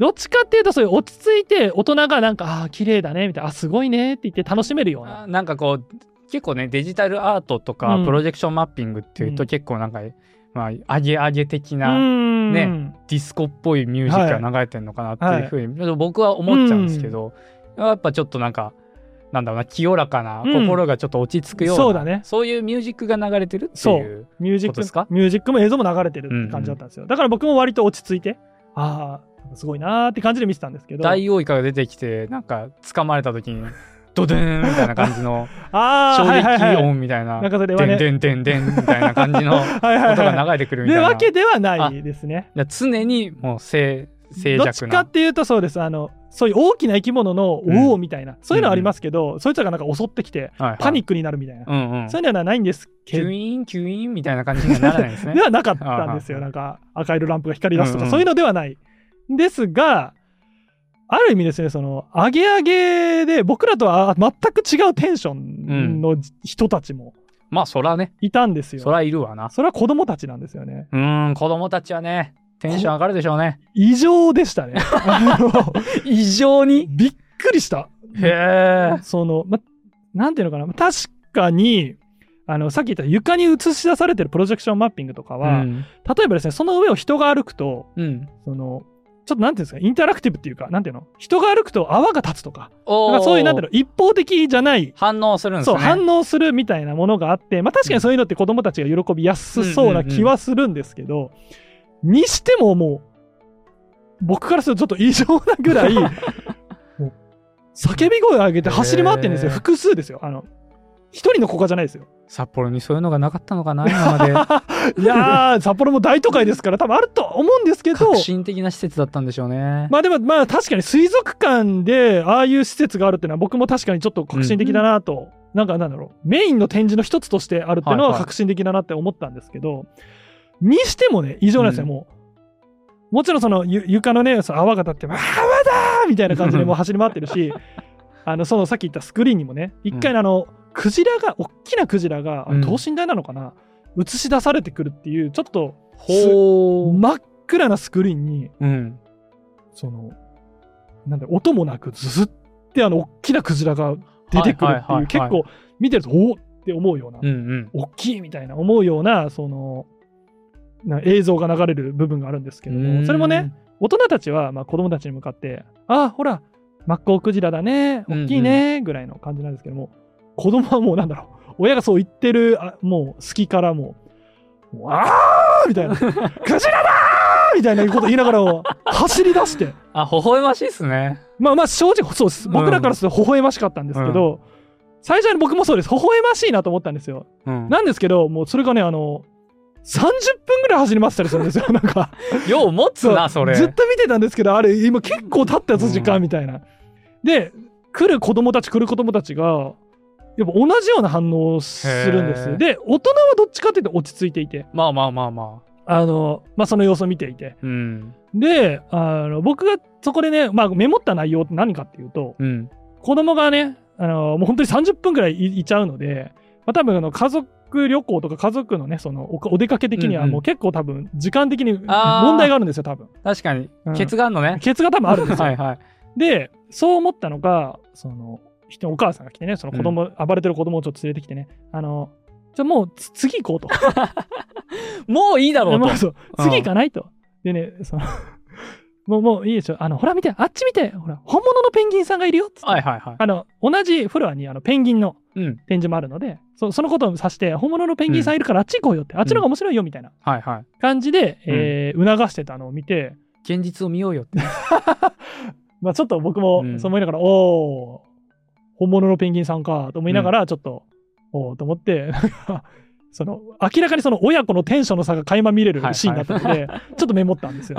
Speaker 1: どっちかっていうとそういう落ち着いて大人がなんかああー綺麗だねみたいなあすごいねって言って楽しめるような
Speaker 2: あなんかこう、結構ね、デジタルアートとか
Speaker 1: うん
Speaker 2: プロジェクションマッピングっていう
Speaker 1: う
Speaker 2: と
Speaker 1: ん
Speaker 2: 結構なんか、まあ、アゲアゲ的
Speaker 1: う
Speaker 2: な
Speaker 1: ーん
Speaker 2: ねディスコっぽいミュージックが流れてるのかなっていうふうに、僕は思っちゃうんですけど、やっぱちょっとなんかなんだろうな清らかな、
Speaker 1: うん
Speaker 2: 心がちょっと落ち着くような
Speaker 1: そうだね
Speaker 2: そういうミュージックが流れてるっていう
Speaker 1: ミュージッ
Speaker 2: ことです
Speaker 1: ク
Speaker 2: か
Speaker 1: ミュージックも映像も流れてるって感じだったんですよ、だから僕も割と落ち着いてああすごいなーって感じで見てたんですけど
Speaker 2: 大王イカが出てきてなんか掴まれた時にドデンみたいな感 じの
Speaker 1: ああ、
Speaker 2: 衝
Speaker 1: はいはいは
Speaker 2: 撃
Speaker 1: い。
Speaker 2: 音みたいな
Speaker 1: なんかそれはね
Speaker 2: でんでんでんでんみたいな感じの音
Speaker 1: はいはい
Speaker 2: が
Speaker 1: は
Speaker 2: 流れてくる
Speaker 1: い。
Speaker 2: み
Speaker 1: で、
Speaker 2: たいな。
Speaker 1: わけではないですね。
Speaker 2: だから常にもう静静
Speaker 1: どっち
Speaker 2: 寂
Speaker 1: かっ
Speaker 2: な。
Speaker 1: ていうとそうです。あの、そういう大きな生き物の、
Speaker 2: うん
Speaker 1: おおみたいな、そういうのはありますけど、そいつらがなんか襲ってきて、パニ
Speaker 2: ッ
Speaker 1: ックになるみたいな、
Speaker 2: うんうん
Speaker 1: そういうのはないんです
Speaker 2: キ
Speaker 1: けど
Speaker 2: ュイ、ーンキュイーンみたいな感じにはならないですね
Speaker 1: で。はなかったんですよ。
Speaker 2: あー
Speaker 1: なんか赤色ランプが光り出すと
Speaker 2: うん
Speaker 1: か
Speaker 2: うん
Speaker 1: そういうのではない。ですが、ある意味ですね、その、アゲアゲで僕らとは全く違うテンションの人たちも
Speaker 2: まあそらね、
Speaker 1: いたんですよ。
Speaker 2: そらいるわな。
Speaker 1: それは子供たちなんですよね。
Speaker 2: うーん、子供たちはね、テンション上がるでしょうね。
Speaker 1: 異常でしたね。 あの
Speaker 2: 異常に
Speaker 1: びっくりした。
Speaker 2: へえ。
Speaker 1: その、ま、なんていうのかな、確かに、あの、さっき言った床に映し出されてるプロジェクションマッピングとか
Speaker 2: う
Speaker 1: は、
Speaker 2: ん。
Speaker 1: 例えばですね、その上を人が歩くと、
Speaker 2: うん。
Speaker 1: その、ちょっとなんていうんですか、インタラクティブっていうか、なんていうの人が歩くと泡が立つとか、
Speaker 2: おー
Speaker 1: なんかそういう、なんていうの、一方的じゃない、
Speaker 2: 反応するんです
Speaker 1: そう、
Speaker 2: ね。
Speaker 1: 反応するみたいなものがあって、まあ確かにそういうのって子供たちが喜びやすそうな気はするんですけど、にしてももう、僕からするとちょっと異常なぐ らい、もう叫び声を上げて走り回ってるんですよ。
Speaker 2: へー
Speaker 1: 複数ですよ。あの、一人の子かじゃないですよ。
Speaker 2: 札幌にそういうのがなかったのかな、今まで。
Speaker 1: いやー、札幌も大都会ですから多分あると思うんですけど、
Speaker 2: 革新的な施設だったんでしょうね。
Speaker 1: まあでもまあ確かに水族館でああいう施設があるっていうのは僕も確かにちょっと革新的だなと、なんかなんだろうメインの展示の一つとしてあるっていうの
Speaker 2: はい
Speaker 1: は
Speaker 2: はい
Speaker 1: 革新的だなって思ったんですけど、にしてもね異常なんですよ、
Speaker 2: うん
Speaker 1: もうもちろんそのゆ床のねその泡が立って「泡だ!」みたいな感じでもう走り回ってる しあのそのさっき言ったスクリーンにもね一回あの、クジラが大きなクジラがあ
Speaker 2: うん
Speaker 1: の等身大なのかな、映し出されてくるっていうちょっと
Speaker 2: ほう。
Speaker 1: 真っ暗なスクリーンに
Speaker 2: うん。
Speaker 1: その、なんだ音もなくずずってあの大きなクジラが出てくるって
Speaker 2: はいはいはい
Speaker 1: い
Speaker 2: は
Speaker 1: う
Speaker 2: い
Speaker 1: 結構見てるとおーって思うような、
Speaker 2: うんうん。
Speaker 1: 大きいみたいな思うようなそのな映像が流れる部分があるんですけどもそれもね大人たちはまあ子供たちに向かって「あーほらマッコウクジラだね大きいね」ぐらいの感じなんですけども、子供はもうなんだろう親がそう言ってるあもう隙からもう「もうあー!」みたいな「 クジラだー!」みたいなこと言いながらも走り出して。
Speaker 2: うん。あ、微笑ましいっすね。
Speaker 1: まあまあ正直そうです
Speaker 2: うん
Speaker 1: 僕らからすると微笑ましかったんですけど、最初に僕もそうです微笑ましいなと思ったんですよ
Speaker 2: うん。
Speaker 1: なんですけどもうそれがねあの30分ぐらい走り回ってたりするんです よなんか
Speaker 2: よう持つな、
Speaker 1: そ
Speaker 2: そうれ。
Speaker 1: ずっと見てたんですけどあれ今結構経ったやつ時
Speaker 2: う
Speaker 1: 間
Speaker 2: ん
Speaker 1: みたいな、で来る子供たち来る子供たちがやっぱ同じような反応をするんで
Speaker 2: へ
Speaker 1: す
Speaker 2: ー
Speaker 1: で大人はどっちかっていうと落ち着いていて
Speaker 2: まあまあまあまあ。
Speaker 1: あの、まあ、その様子を見ていて
Speaker 2: うん。
Speaker 1: であの僕がそこでね、まあ、メモった内容って何かっていうと、
Speaker 2: うん。
Speaker 1: 子供がね、あのもう本当に30分ぐらいいいちゃうので、まあ、多分あの家族旅行とか家族のね、そのおお出かけ的には
Speaker 2: うんうん
Speaker 1: もう結構多分時間的に問
Speaker 2: あー
Speaker 1: 題があるんですよ、多分。
Speaker 2: 確かに
Speaker 1: うん、
Speaker 2: ケツがあんのね。
Speaker 1: ケツが多分あるんですよ。
Speaker 2: はいはい。
Speaker 1: で、そう思ったのが、その、人お母さんが来てね、その子供、暴れてる子供をちょっと連れてきてね、あの、じゃあもうつ次行こうと。
Speaker 2: もういいだろう
Speaker 1: も
Speaker 2: と
Speaker 1: う。そう次行かないと。でね、その、 もうもういいでしょ。あの、ほら見て、あっち見て、ほら、本物のペンギンさんがいるよっつって
Speaker 2: はいはいは
Speaker 1: あの、同じフロアにあのペンギンの
Speaker 2: い。うん。
Speaker 1: 展示もあるので、そそのことを指して、本物のペンギンさんいるからあっち行こうよって、あっちの方が面白いよみたいな
Speaker 2: はいはい。
Speaker 1: 感じで、えー促してたのを見て、
Speaker 2: 現実を見ようよって。
Speaker 1: まあ、ちょっと僕
Speaker 2: う
Speaker 1: も
Speaker 2: ん
Speaker 1: そう思いながら、おー、本物のペンギンさんかと思いながら、ちょっと、おーと思って、 なんかその明らかにその親子のテンションの差が垣間見れる
Speaker 2: はいはい
Speaker 1: シーンだったので、 ちょっとメモったん ですよ。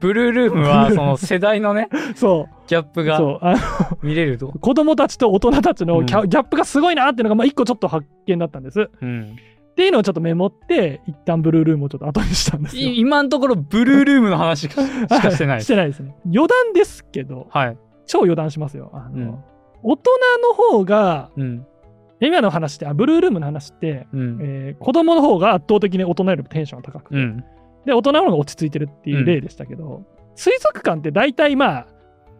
Speaker 2: ブルールームは、その世代のね、
Speaker 1: そう
Speaker 2: ギャップが
Speaker 1: そうあ
Speaker 2: 見れると
Speaker 1: の。子供たちと大人たちのギャ,、
Speaker 2: う
Speaker 1: ギャップがすごいなっていうのが、まあ、一個ちょっと発見だったんです。
Speaker 2: うん。
Speaker 1: っていうのをちょっとメモって、一旦ブルールームをちょっと後にしたんですよ。
Speaker 2: い今のところ、ブルールームの話しかしかして ない
Speaker 1: し。てないですね。余談ですけど、
Speaker 2: はい。
Speaker 1: 超余談しますよ。あの
Speaker 2: うん
Speaker 1: 大人の方が、
Speaker 2: うん。
Speaker 1: 今の話って、あブルールームの話って、
Speaker 2: うん。
Speaker 1: えー子供の方が圧倒的に大人よりもテンションが高くて、
Speaker 2: うん。
Speaker 1: で、大人の方が落ち着いてるっていう例でしたけど、水族館って大体まあ、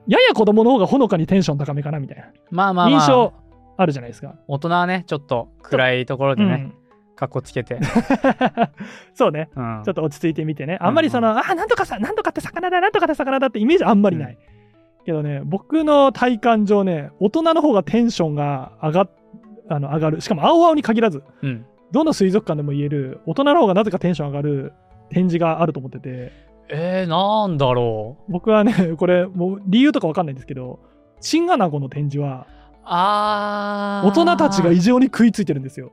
Speaker 1: やや子供の方がほのかにテンション高めかなみたいな
Speaker 2: まあまあまあ。
Speaker 1: 印象あるじゃないですか。
Speaker 2: 大人はね、ちょっと暗いところで
Speaker 1: う
Speaker 2: ね、
Speaker 1: ん
Speaker 2: かっこつけて。
Speaker 1: そうね。
Speaker 2: うん
Speaker 1: ちょっと落ち着いてみてね。あんまりその、あ、なんとかさ、なんとかって魚だ、なんとかって魚だってイメージあんまりない。けどね、僕の体感上ね、大人の方がテンションが上がっあの上がる。しかも、青々に限らず、
Speaker 2: うん。
Speaker 1: どの水族館でも言える、大人の方がなぜかテンション上がる展示があると思ってて、
Speaker 2: えー、なんだろ う。
Speaker 1: 僕はね、これ、もう理由とかわかんないんですけど、チンアナゴの展示は、
Speaker 2: ああ。
Speaker 1: 大人たちが異常に食いついてるんですよ。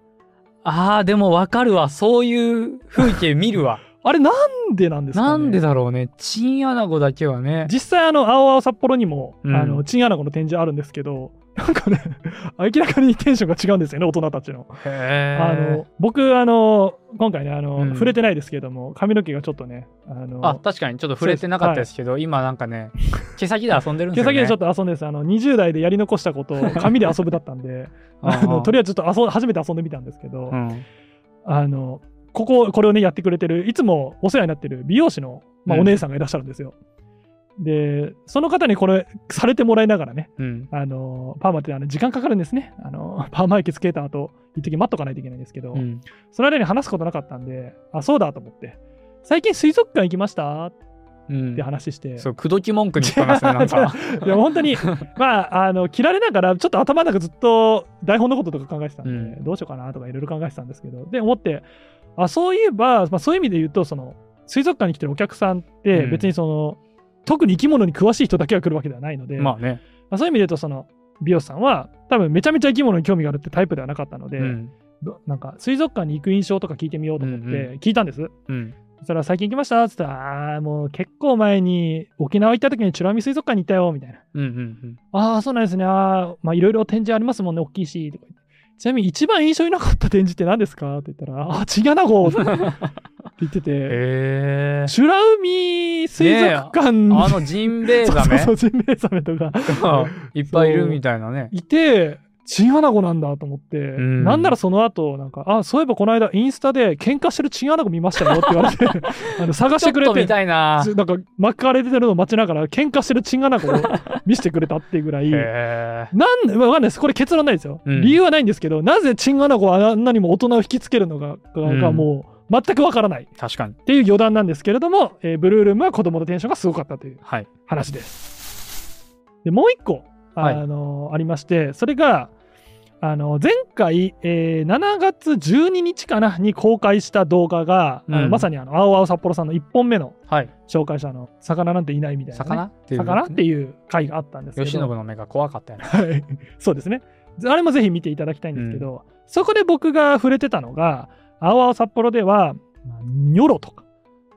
Speaker 2: ああ、でもわかるわ。そういう風景見る わ。
Speaker 1: あれなんでなんですか、ね、
Speaker 2: なんでだろうね。チンアナゴだけはね。
Speaker 1: 実際あの青々札幌にも、
Speaker 2: うん
Speaker 1: あのチンアナゴの展示あるんですけどなんかね明らかにテンションが違うんですよね大人たちの。
Speaker 2: へ
Speaker 1: あの僕あの今回ねあの、
Speaker 2: うん
Speaker 1: 触れてないですけども髪の毛がちょっとねあの
Speaker 2: あ確かにちょっと触れてなかったですけど、今なんかね毛先で遊んでるん
Speaker 1: 毛
Speaker 2: ですよ、ね、
Speaker 1: 先でちょっ
Speaker 2: っ
Speaker 1: と遊んでですあの20代でやり残したこと を紙で遊ぶだったんであのとりあえずちょっと遊初めて遊んでみたんですけど、
Speaker 2: うん、
Speaker 1: あのこここれをねやってくれてるいつもお世話になってる美容師の、まあ、
Speaker 2: うん
Speaker 1: お姉さんがいらっしゃるんですよ。でその方にこれされてもらいながらね
Speaker 2: うん、
Speaker 1: あのパーマってあの時間かかるんですねあの パーマ液つけた後一時待っとかないといけないんですけど、
Speaker 2: うん、
Speaker 1: その間に話すことなかったんであそうだと思って最近水族館行きましたっ
Speaker 2: うん
Speaker 1: て話して、
Speaker 2: そう口説き文句に言っ てますねなんか
Speaker 1: いや本当に まああの切られながらちょっと頭の中ずっと台本のこととか考えてたんで、
Speaker 2: うん
Speaker 1: どうしようかなとかいろいろ考えてたんですけどで思ってあそういえば、まあ、そういう意味で言うとその水族館に来てるお客さんって
Speaker 2: うん
Speaker 1: 別にその、特に生き物に詳しい人だけが来るわけではないので、
Speaker 2: まあね、
Speaker 1: まあそういう意味で言うとその美容師さんは多分めちゃめちゃ生き物に興味があるってタイプではなかったので、
Speaker 2: うん
Speaker 1: どなんか水族館に行く印象とか聞いてみようと思っ
Speaker 2: うんう
Speaker 1: て聞いたんです、
Speaker 2: うん、
Speaker 1: そしたら最近行きましたっつったらあーもう結構前に沖縄行った時に美ら海水族館に行ったよみたいな
Speaker 2: うんうん
Speaker 1: ああ、そうなんですね。あーまあ、いろいろ展示ありますもんね、大きいし。とか言ってちなみに、一番印象に残った展示って何ですかって言ったら、ああ、チンアナ ゴって言ってて、
Speaker 2: へえ
Speaker 1: 美ら海水族館
Speaker 2: あのジンベエ
Speaker 1: そう
Speaker 2: ザ
Speaker 1: そう
Speaker 2: メ
Speaker 1: そう、ジンベエザメとか
Speaker 2: がいっぱいいるみたいなね
Speaker 1: いて、チンアナゴなんだと思って、
Speaker 2: ん
Speaker 1: なんならその後、なんか、あそういえばこの間、インスタで喧嘩してるチンアナゴ見ましたよって言われて、 あの探し
Speaker 2: ちょ
Speaker 1: て
Speaker 2: っ
Speaker 1: くれ
Speaker 2: と
Speaker 1: て
Speaker 2: 見、たいな
Speaker 1: ずなんか巻かれてるのを待ちながら、喧嘩してるチンア ナゴを見せてくれたっていうぐらい、
Speaker 2: へえ
Speaker 1: なんで、まあわかんないです。これ結論ないですよ。
Speaker 2: うん
Speaker 1: 理由はないんですけど、なぜチンアナゴはあんなにも大人を引きつけるのか
Speaker 2: ん
Speaker 1: がもう全くわからないっ
Speaker 2: 確かに
Speaker 1: ていう余談なんですけれども、えーブルールームは子供のテンションがすごかったという
Speaker 2: はい
Speaker 1: 話です。で、もう一個、あ
Speaker 2: はい
Speaker 1: のありまして、それが、あの前回、えー7月12日かなに公開した動画が、あの
Speaker 2: うん
Speaker 1: まさにあの青々札幌さんの1本目の
Speaker 2: はい
Speaker 1: 紹介したあの魚なんていないみたいなね、
Speaker 2: 魚っていう
Speaker 1: 魚っていう回があったんですけど
Speaker 2: 慶喜の目が怖かったよね
Speaker 1: はい、そうですね。あれもぜひ見ていただきたいんですけど、そこで僕が触れてたのが、青々札幌では、まあニョロとか、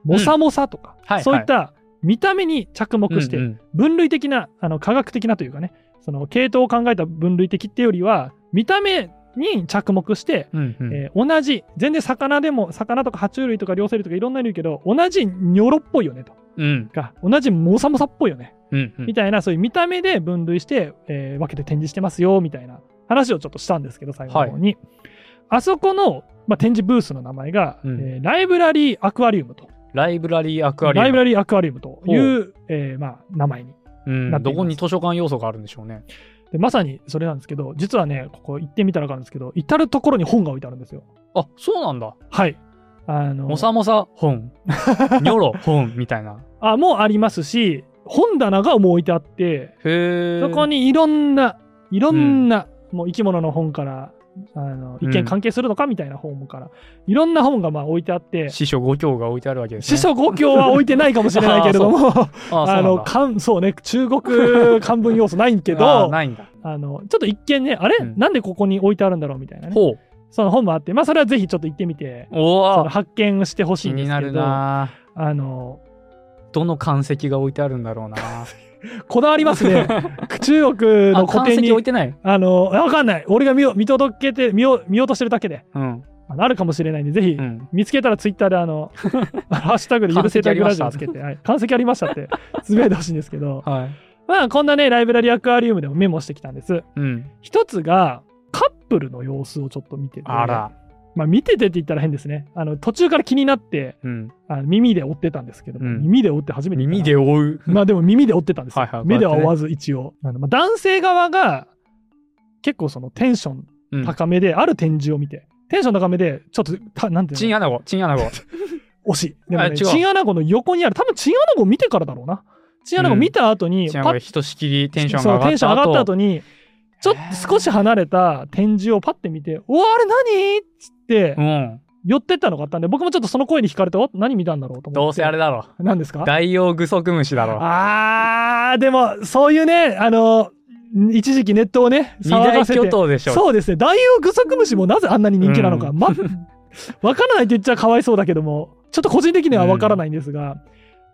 Speaker 1: モサモサとか、
Speaker 2: はいはい
Speaker 1: そういった見た目に着目して、
Speaker 2: うんうん
Speaker 1: 分類的な、あの科学的なというかね、その系統を考えた分類的っていうよりは、見た目に着目して、
Speaker 2: うんうん
Speaker 1: えー同じ、全然魚でも、魚とか爬虫類とか両生類とかいろんなのいるけど、同じニョロっぽいよねと
Speaker 2: うん
Speaker 1: か、同じモサモサっぽいよね
Speaker 2: うんうん
Speaker 1: みたいな、そういう見た目で分類して、えー分けて展示してますよ、みたいな話をちょっとしたんですけど、最後の方に。あそこの、まあ、展示ブースの名前が、
Speaker 2: うん
Speaker 1: えーライブラリーアクアリウムと、
Speaker 2: ライブラリーアクアリウム
Speaker 1: ライブラリーアクアリウムという、えーまあ、名前に
Speaker 2: うん
Speaker 1: なっています
Speaker 2: どこに図書館要素があるんでしょうね
Speaker 1: で。まさにそれなんですけど、実はね、ここ行ってみたらわかるんですけど、至る所に本が置いてあるんですよ。
Speaker 2: あそうなんだ
Speaker 1: はい。あの
Speaker 2: もさもさ 本ニョロ本みたいな
Speaker 1: あもうありますし、本棚がもう置いてあって、
Speaker 2: へえ
Speaker 1: そこにいろんな、いろんな、もう生き物の本から、あの
Speaker 2: うん
Speaker 1: 意見関係するのかみたいな本から、いろんな本がまあ置いてあって、
Speaker 2: 師匠五教が置いてあるわけですね
Speaker 1: 師匠五教は置いてないかもしれないけれども、
Speaker 2: あ
Speaker 1: あの、
Speaker 2: か
Speaker 1: かんそうね、中 国漢文要素ないんけど、あ
Speaker 2: ないんだ
Speaker 1: の、ちょっと一見ね、あれ、
Speaker 2: うん
Speaker 1: なんでここに置いてあるんだろうみたいなね、
Speaker 2: ほう
Speaker 1: その本もあって、まあそれはぜひちょっと行ってみて、
Speaker 2: お
Speaker 1: その
Speaker 2: お
Speaker 1: 発見してほしい
Speaker 2: 気
Speaker 1: んで
Speaker 2: に
Speaker 1: す
Speaker 2: な
Speaker 1: け
Speaker 2: る
Speaker 1: ど、あ
Speaker 2: な
Speaker 1: の、
Speaker 2: どの漢石が置いてあるんだろうな
Speaker 1: こだわります ね。中国
Speaker 2: あ
Speaker 1: の古
Speaker 2: 漢
Speaker 1: 典
Speaker 2: 石
Speaker 1: に
Speaker 2: 置い、てない
Speaker 1: あの、わかんない。俺が見よ見届けて、見よう見ようとしてるだけで。
Speaker 2: うん
Speaker 1: あのあるかもしれないんで、ぜひ、
Speaker 2: うん
Speaker 1: 見つけたらツイッターであ の、ハッシュタグで許せたグラジオつけて、はい、完石ありましたって、つぶやいてほしいんですけ ど、
Speaker 2: はい
Speaker 1: まあ、こんなね、ライブラリアクアリウムでもメモしてきたんです。
Speaker 2: うん
Speaker 1: 一つが、カップルの様子をちょっと見てて、
Speaker 2: あら
Speaker 1: まあ、見ててって言ったら変ですね。あの、途中から気になって、
Speaker 2: うん
Speaker 1: あの耳で追ってたんですけども、
Speaker 2: うん
Speaker 1: 耳で追って初めて。
Speaker 2: 耳で。追う
Speaker 1: まあ、でも耳で追ってたんですよ。
Speaker 2: はいはい
Speaker 1: 目では
Speaker 2: こう
Speaker 1: 追
Speaker 2: や
Speaker 1: わず、一応。あのまあ、男性側が、結構そのテンション
Speaker 2: うん
Speaker 1: 高めで、ある展示を見て、テンション高めで、ちょっと、たなんていうの
Speaker 2: チンアナゴチンアナゴ
Speaker 1: 惜しい。でも
Speaker 2: あ
Speaker 1: ね、
Speaker 2: 違う
Speaker 1: チンアナゴの横にある、多分チンアナゴ見てからだろうな。 チンアナゴ見た後に、
Speaker 2: チンアナゴ
Speaker 1: ッ
Speaker 2: ひとしきりテンション
Speaker 1: そ
Speaker 2: が
Speaker 1: う
Speaker 2: 上が
Speaker 1: テ
Speaker 2: っ
Speaker 1: ンショ
Speaker 2: た
Speaker 1: ン上がった
Speaker 2: 後
Speaker 1: 後に、ちょっと少し離れた展示をパッて見て、うわ、あれ何っつって
Speaker 2: う、ん
Speaker 1: 寄ってったのがあったんで、僕もちょっとその声に惹かれて、お何見たんだろうと思って。
Speaker 2: どうせあれだろ
Speaker 1: 何ですか
Speaker 2: ダイオウグソクムシだろ
Speaker 1: あー、でも、そういうね、あの、一時期ネットをね、騒
Speaker 2: 二
Speaker 1: が
Speaker 2: 大
Speaker 1: せて
Speaker 2: 巨。頭でしょ。
Speaker 1: そうですね。ダイオウグソクムシもなぜあんなに人気なのか。
Speaker 2: うん
Speaker 1: ま、わからないと言っちゃかわいそうだけども、ちょっと個人的にはわからないんですが、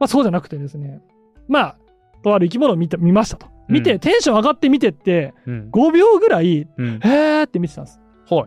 Speaker 1: まあそうじゃなくてですね、まあ、とある生き物を見た見ましたと。見て、
Speaker 2: うん
Speaker 1: テンション上がって見てって、
Speaker 2: うん。
Speaker 1: 5秒ぐらい、
Speaker 2: うん。
Speaker 1: へーって見てたんです。
Speaker 2: はい。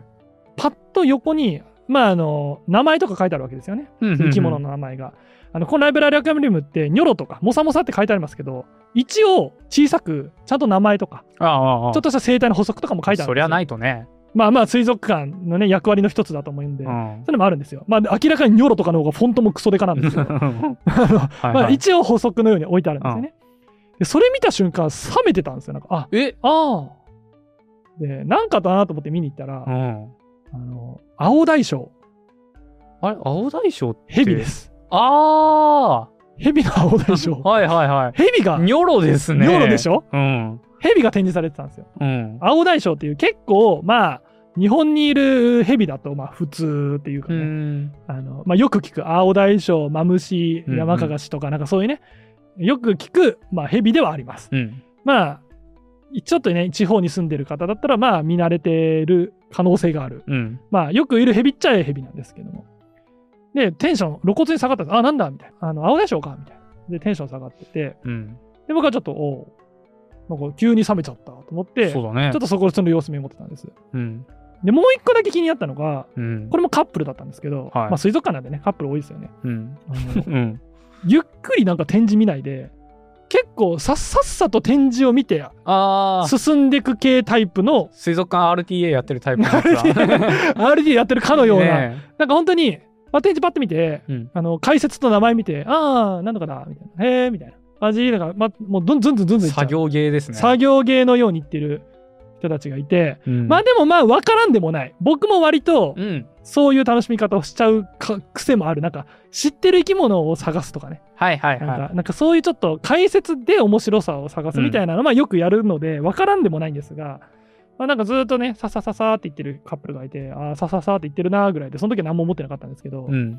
Speaker 1: パッと横に、まああの、名前とか書いてあるわけですよね。
Speaker 2: うん
Speaker 1: 生き物。の名前が。あのこのライブラリアクアリウムって、ニョロとか、モサモサって書いてありますけど、一応、小さく、ちゃんと名前とか、
Speaker 2: ああああ。
Speaker 1: ちょっとした生態の補足とかも書いてあるんですよ
Speaker 2: そりゃないとね。
Speaker 1: まあまあ、水族館のね、役割の一つだと思うんで、
Speaker 2: う。
Speaker 1: そうんいうのもあるんですよ。まあ、明らかにニョロとかの方がフォントもクソデカなんです けど、あの
Speaker 2: はい
Speaker 1: まあ、
Speaker 2: はい
Speaker 1: 一応補足のように置いてあるんですよね。でそれ見た瞬間、冷めてたんですよ。なんか、あ、
Speaker 2: え
Speaker 1: ああ。で、なんかだなと思って見に行ったら、
Speaker 2: うん。
Speaker 1: あの、青大将、
Speaker 2: あれ、青大将って。
Speaker 1: ヘビで。す。
Speaker 2: あ
Speaker 1: ヘビの青大将
Speaker 2: あ。。はいはいは
Speaker 1: ヘビが、
Speaker 2: い。ニョロですね。
Speaker 1: ニョロでし
Speaker 2: ょ。
Speaker 1: ょ
Speaker 2: うん。
Speaker 1: ヘビが展示されてたんですよ。
Speaker 2: うん。
Speaker 1: 青大将っていう結構、まあ、日本にいるヘビだと、まあ、普通っていうか
Speaker 2: う
Speaker 1: ね、
Speaker 2: ん。
Speaker 1: あのまあ、よく聞く青大将、マムシ、
Speaker 2: うんうん
Speaker 1: ヤマカガシとか、なんかそういうね、よく聞く、まあ、ヘビではあります。
Speaker 2: うん。
Speaker 1: まあ、ちょっとね、地方に住んでる方だったら、まあ、見慣れてる可能性がある。
Speaker 2: うん。
Speaker 1: まあ、よくいるヘビっちゃええヘビなんですけども。で、テンション、露骨に下がったんです。あ、なんだみたいな。あの、青大将かみたいな。で、テンション下がってて、
Speaker 2: うん。
Speaker 1: で、僕はちょっと、おうなんか急に冷めちゃったと思って、
Speaker 2: そうだね。
Speaker 1: ちょっとそこその様子見持ってたんです。
Speaker 2: うん。
Speaker 1: で、もう一個だけ気になったのが、
Speaker 2: うん。
Speaker 1: これもカップルだったんですけど、
Speaker 2: はい
Speaker 1: まあ水族館なんでね、カップル多いですよね。
Speaker 2: うん。
Speaker 1: あの
Speaker 2: うん。
Speaker 1: ゆっくりなんか展示見ないで、結構ささっさと展示を見て
Speaker 2: ああ。
Speaker 1: 進んでいく系タイプの
Speaker 2: 水族館 RTA やってるタイプのやつ だ。
Speaker 1: RD やってるかのような、
Speaker 2: ね
Speaker 1: なんか本当に、まあ、展示パッと見て、
Speaker 2: えうん。
Speaker 1: あの解説と名前見て、ああ、なんとかだ、みたいな、へえ、みたいな感じ、なんか、まあ、もうどんずんずんずんずんいっちゃう
Speaker 2: 作業芸ですね。
Speaker 1: 作業芸のように言ってる人たちがいて、
Speaker 2: うん
Speaker 1: まあでもまあ分からんでもない。僕も割と、
Speaker 2: うん。
Speaker 1: そういう楽しみ方をしちゃうか癖もある。なんか、知ってる生き物を探すとかね。
Speaker 2: はいはい
Speaker 1: なん
Speaker 2: は
Speaker 1: か、なんかそういうちょっと解説で面白さを探すみたいなのはよくやるので、わからんでもないんですが、まあ、なんかずっとね、ささささって言ってるカップルがいて、ああ、さささって言ってるなーぐらいで、その時は何も思ってなかったんですけど、
Speaker 2: い。うん。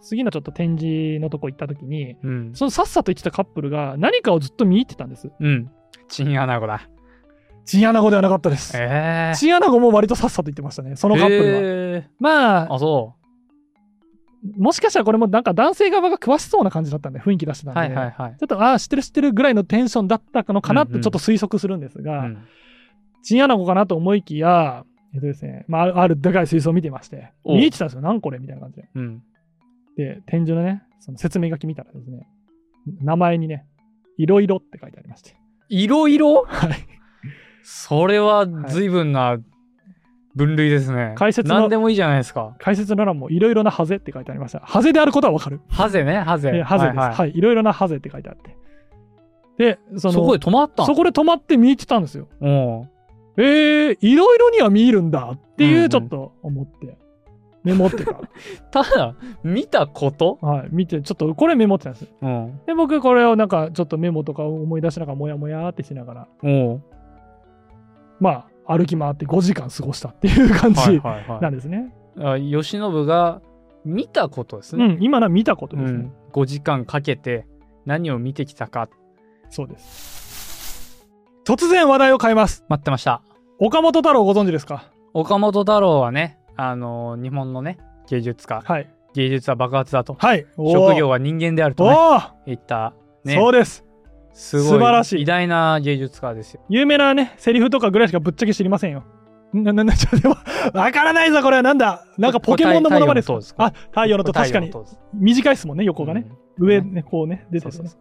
Speaker 1: 次のちょっと展示のとこ行った時に、
Speaker 2: うん。
Speaker 1: そのさっさと言ってたカップルが何かをずっと見入ってたんです。
Speaker 2: うん。チンアナゴだ。
Speaker 1: チンアナゴではなかったです。
Speaker 2: ええ。
Speaker 1: チンアナゴも割とさっさと言ってましたね、そのカップルは。
Speaker 2: へえ
Speaker 1: まあ
Speaker 2: あ、、そ
Speaker 1: もしかしたらこれもなんか男性側が詳しそうな感じだったんで、雰囲気出してた
Speaker 2: う。
Speaker 1: んで。
Speaker 2: はいはいはい。
Speaker 1: ちょっとああ知ってる知ってるぐらいのテンションだったのかなっ
Speaker 2: うんう
Speaker 1: て
Speaker 2: ん
Speaker 1: ちょっと推測するんです
Speaker 2: う
Speaker 1: が、
Speaker 2: ん
Speaker 1: チンアナゴかなと思いきや、えっとですね、まあある、あるでかい水槽を見てまして、
Speaker 2: おう
Speaker 1: 見えてたんですよ、何これみたいな感じで。
Speaker 2: うん。
Speaker 1: で、展示のね、その説明書き見たらですね、名前にね、いろいろって書いてありまして。
Speaker 2: いろいろ
Speaker 1: はい
Speaker 2: それは随分な分類ですね。
Speaker 1: 解説の
Speaker 2: 何でもいいじゃないですか。
Speaker 1: 解説の欄もいろいろなハゼって書いてありました。ハゼであることはわかる。
Speaker 2: ハゼね、ハゼ。
Speaker 1: えハゼです。
Speaker 2: はいは
Speaker 1: はい、いろいろなハゼって書いてあって。で、そ
Speaker 2: い。
Speaker 1: の、
Speaker 2: そこで止まったん
Speaker 1: そこで止まって見えてたんですよ。
Speaker 2: うん。
Speaker 1: えー、いろいろには見えるんだって
Speaker 2: うん
Speaker 1: いううんちょっと思って、メモって た。
Speaker 2: ただ、見たこと
Speaker 1: はい、見て、ちょっとこれメモってたんです。
Speaker 2: うん。
Speaker 1: で、僕これをなんかちょっとメモとかを思い出しながら、もやもやーってしながら、
Speaker 2: うん。
Speaker 1: まあ、歩き回って5時間過ごしたっていう感じ
Speaker 2: はいはい
Speaker 1: な
Speaker 2: は
Speaker 1: んですね。
Speaker 2: い。あ、吉信が見たことですね。
Speaker 1: うん、今のは見たことですね。
Speaker 2: うん5時間かけて何を見てきたか。
Speaker 1: そうです。突然話題を変えます。
Speaker 2: 待ってました。
Speaker 1: 岡本太郎ご存知ですか
Speaker 2: 岡本太郎はね、あのー日本のね、芸術家。
Speaker 1: はい。
Speaker 2: 芸術は爆発だと。
Speaker 1: はい。おー
Speaker 2: 職業は人間であると
Speaker 1: お
Speaker 2: ね、
Speaker 1: ー
Speaker 2: 言った、ね、
Speaker 1: そうです。
Speaker 2: すごい
Speaker 1: 素晴らしい
Speaker 2: 偉大な芸術家ですよ。
Speaker 1: 有名なね、セリフとかぐらいしかぶっちゃけ知りませんよ。な、な、な、ちょ、でも、わからないぞ、これはなんだなんかポケモンのものまで
Speaker 2: これ太陽の塔です
Speaker 1: あ、太陽の塔、確かに。短いですもんね、横がね。上、ね、こうね、出てるね
Speaker 2: そうそう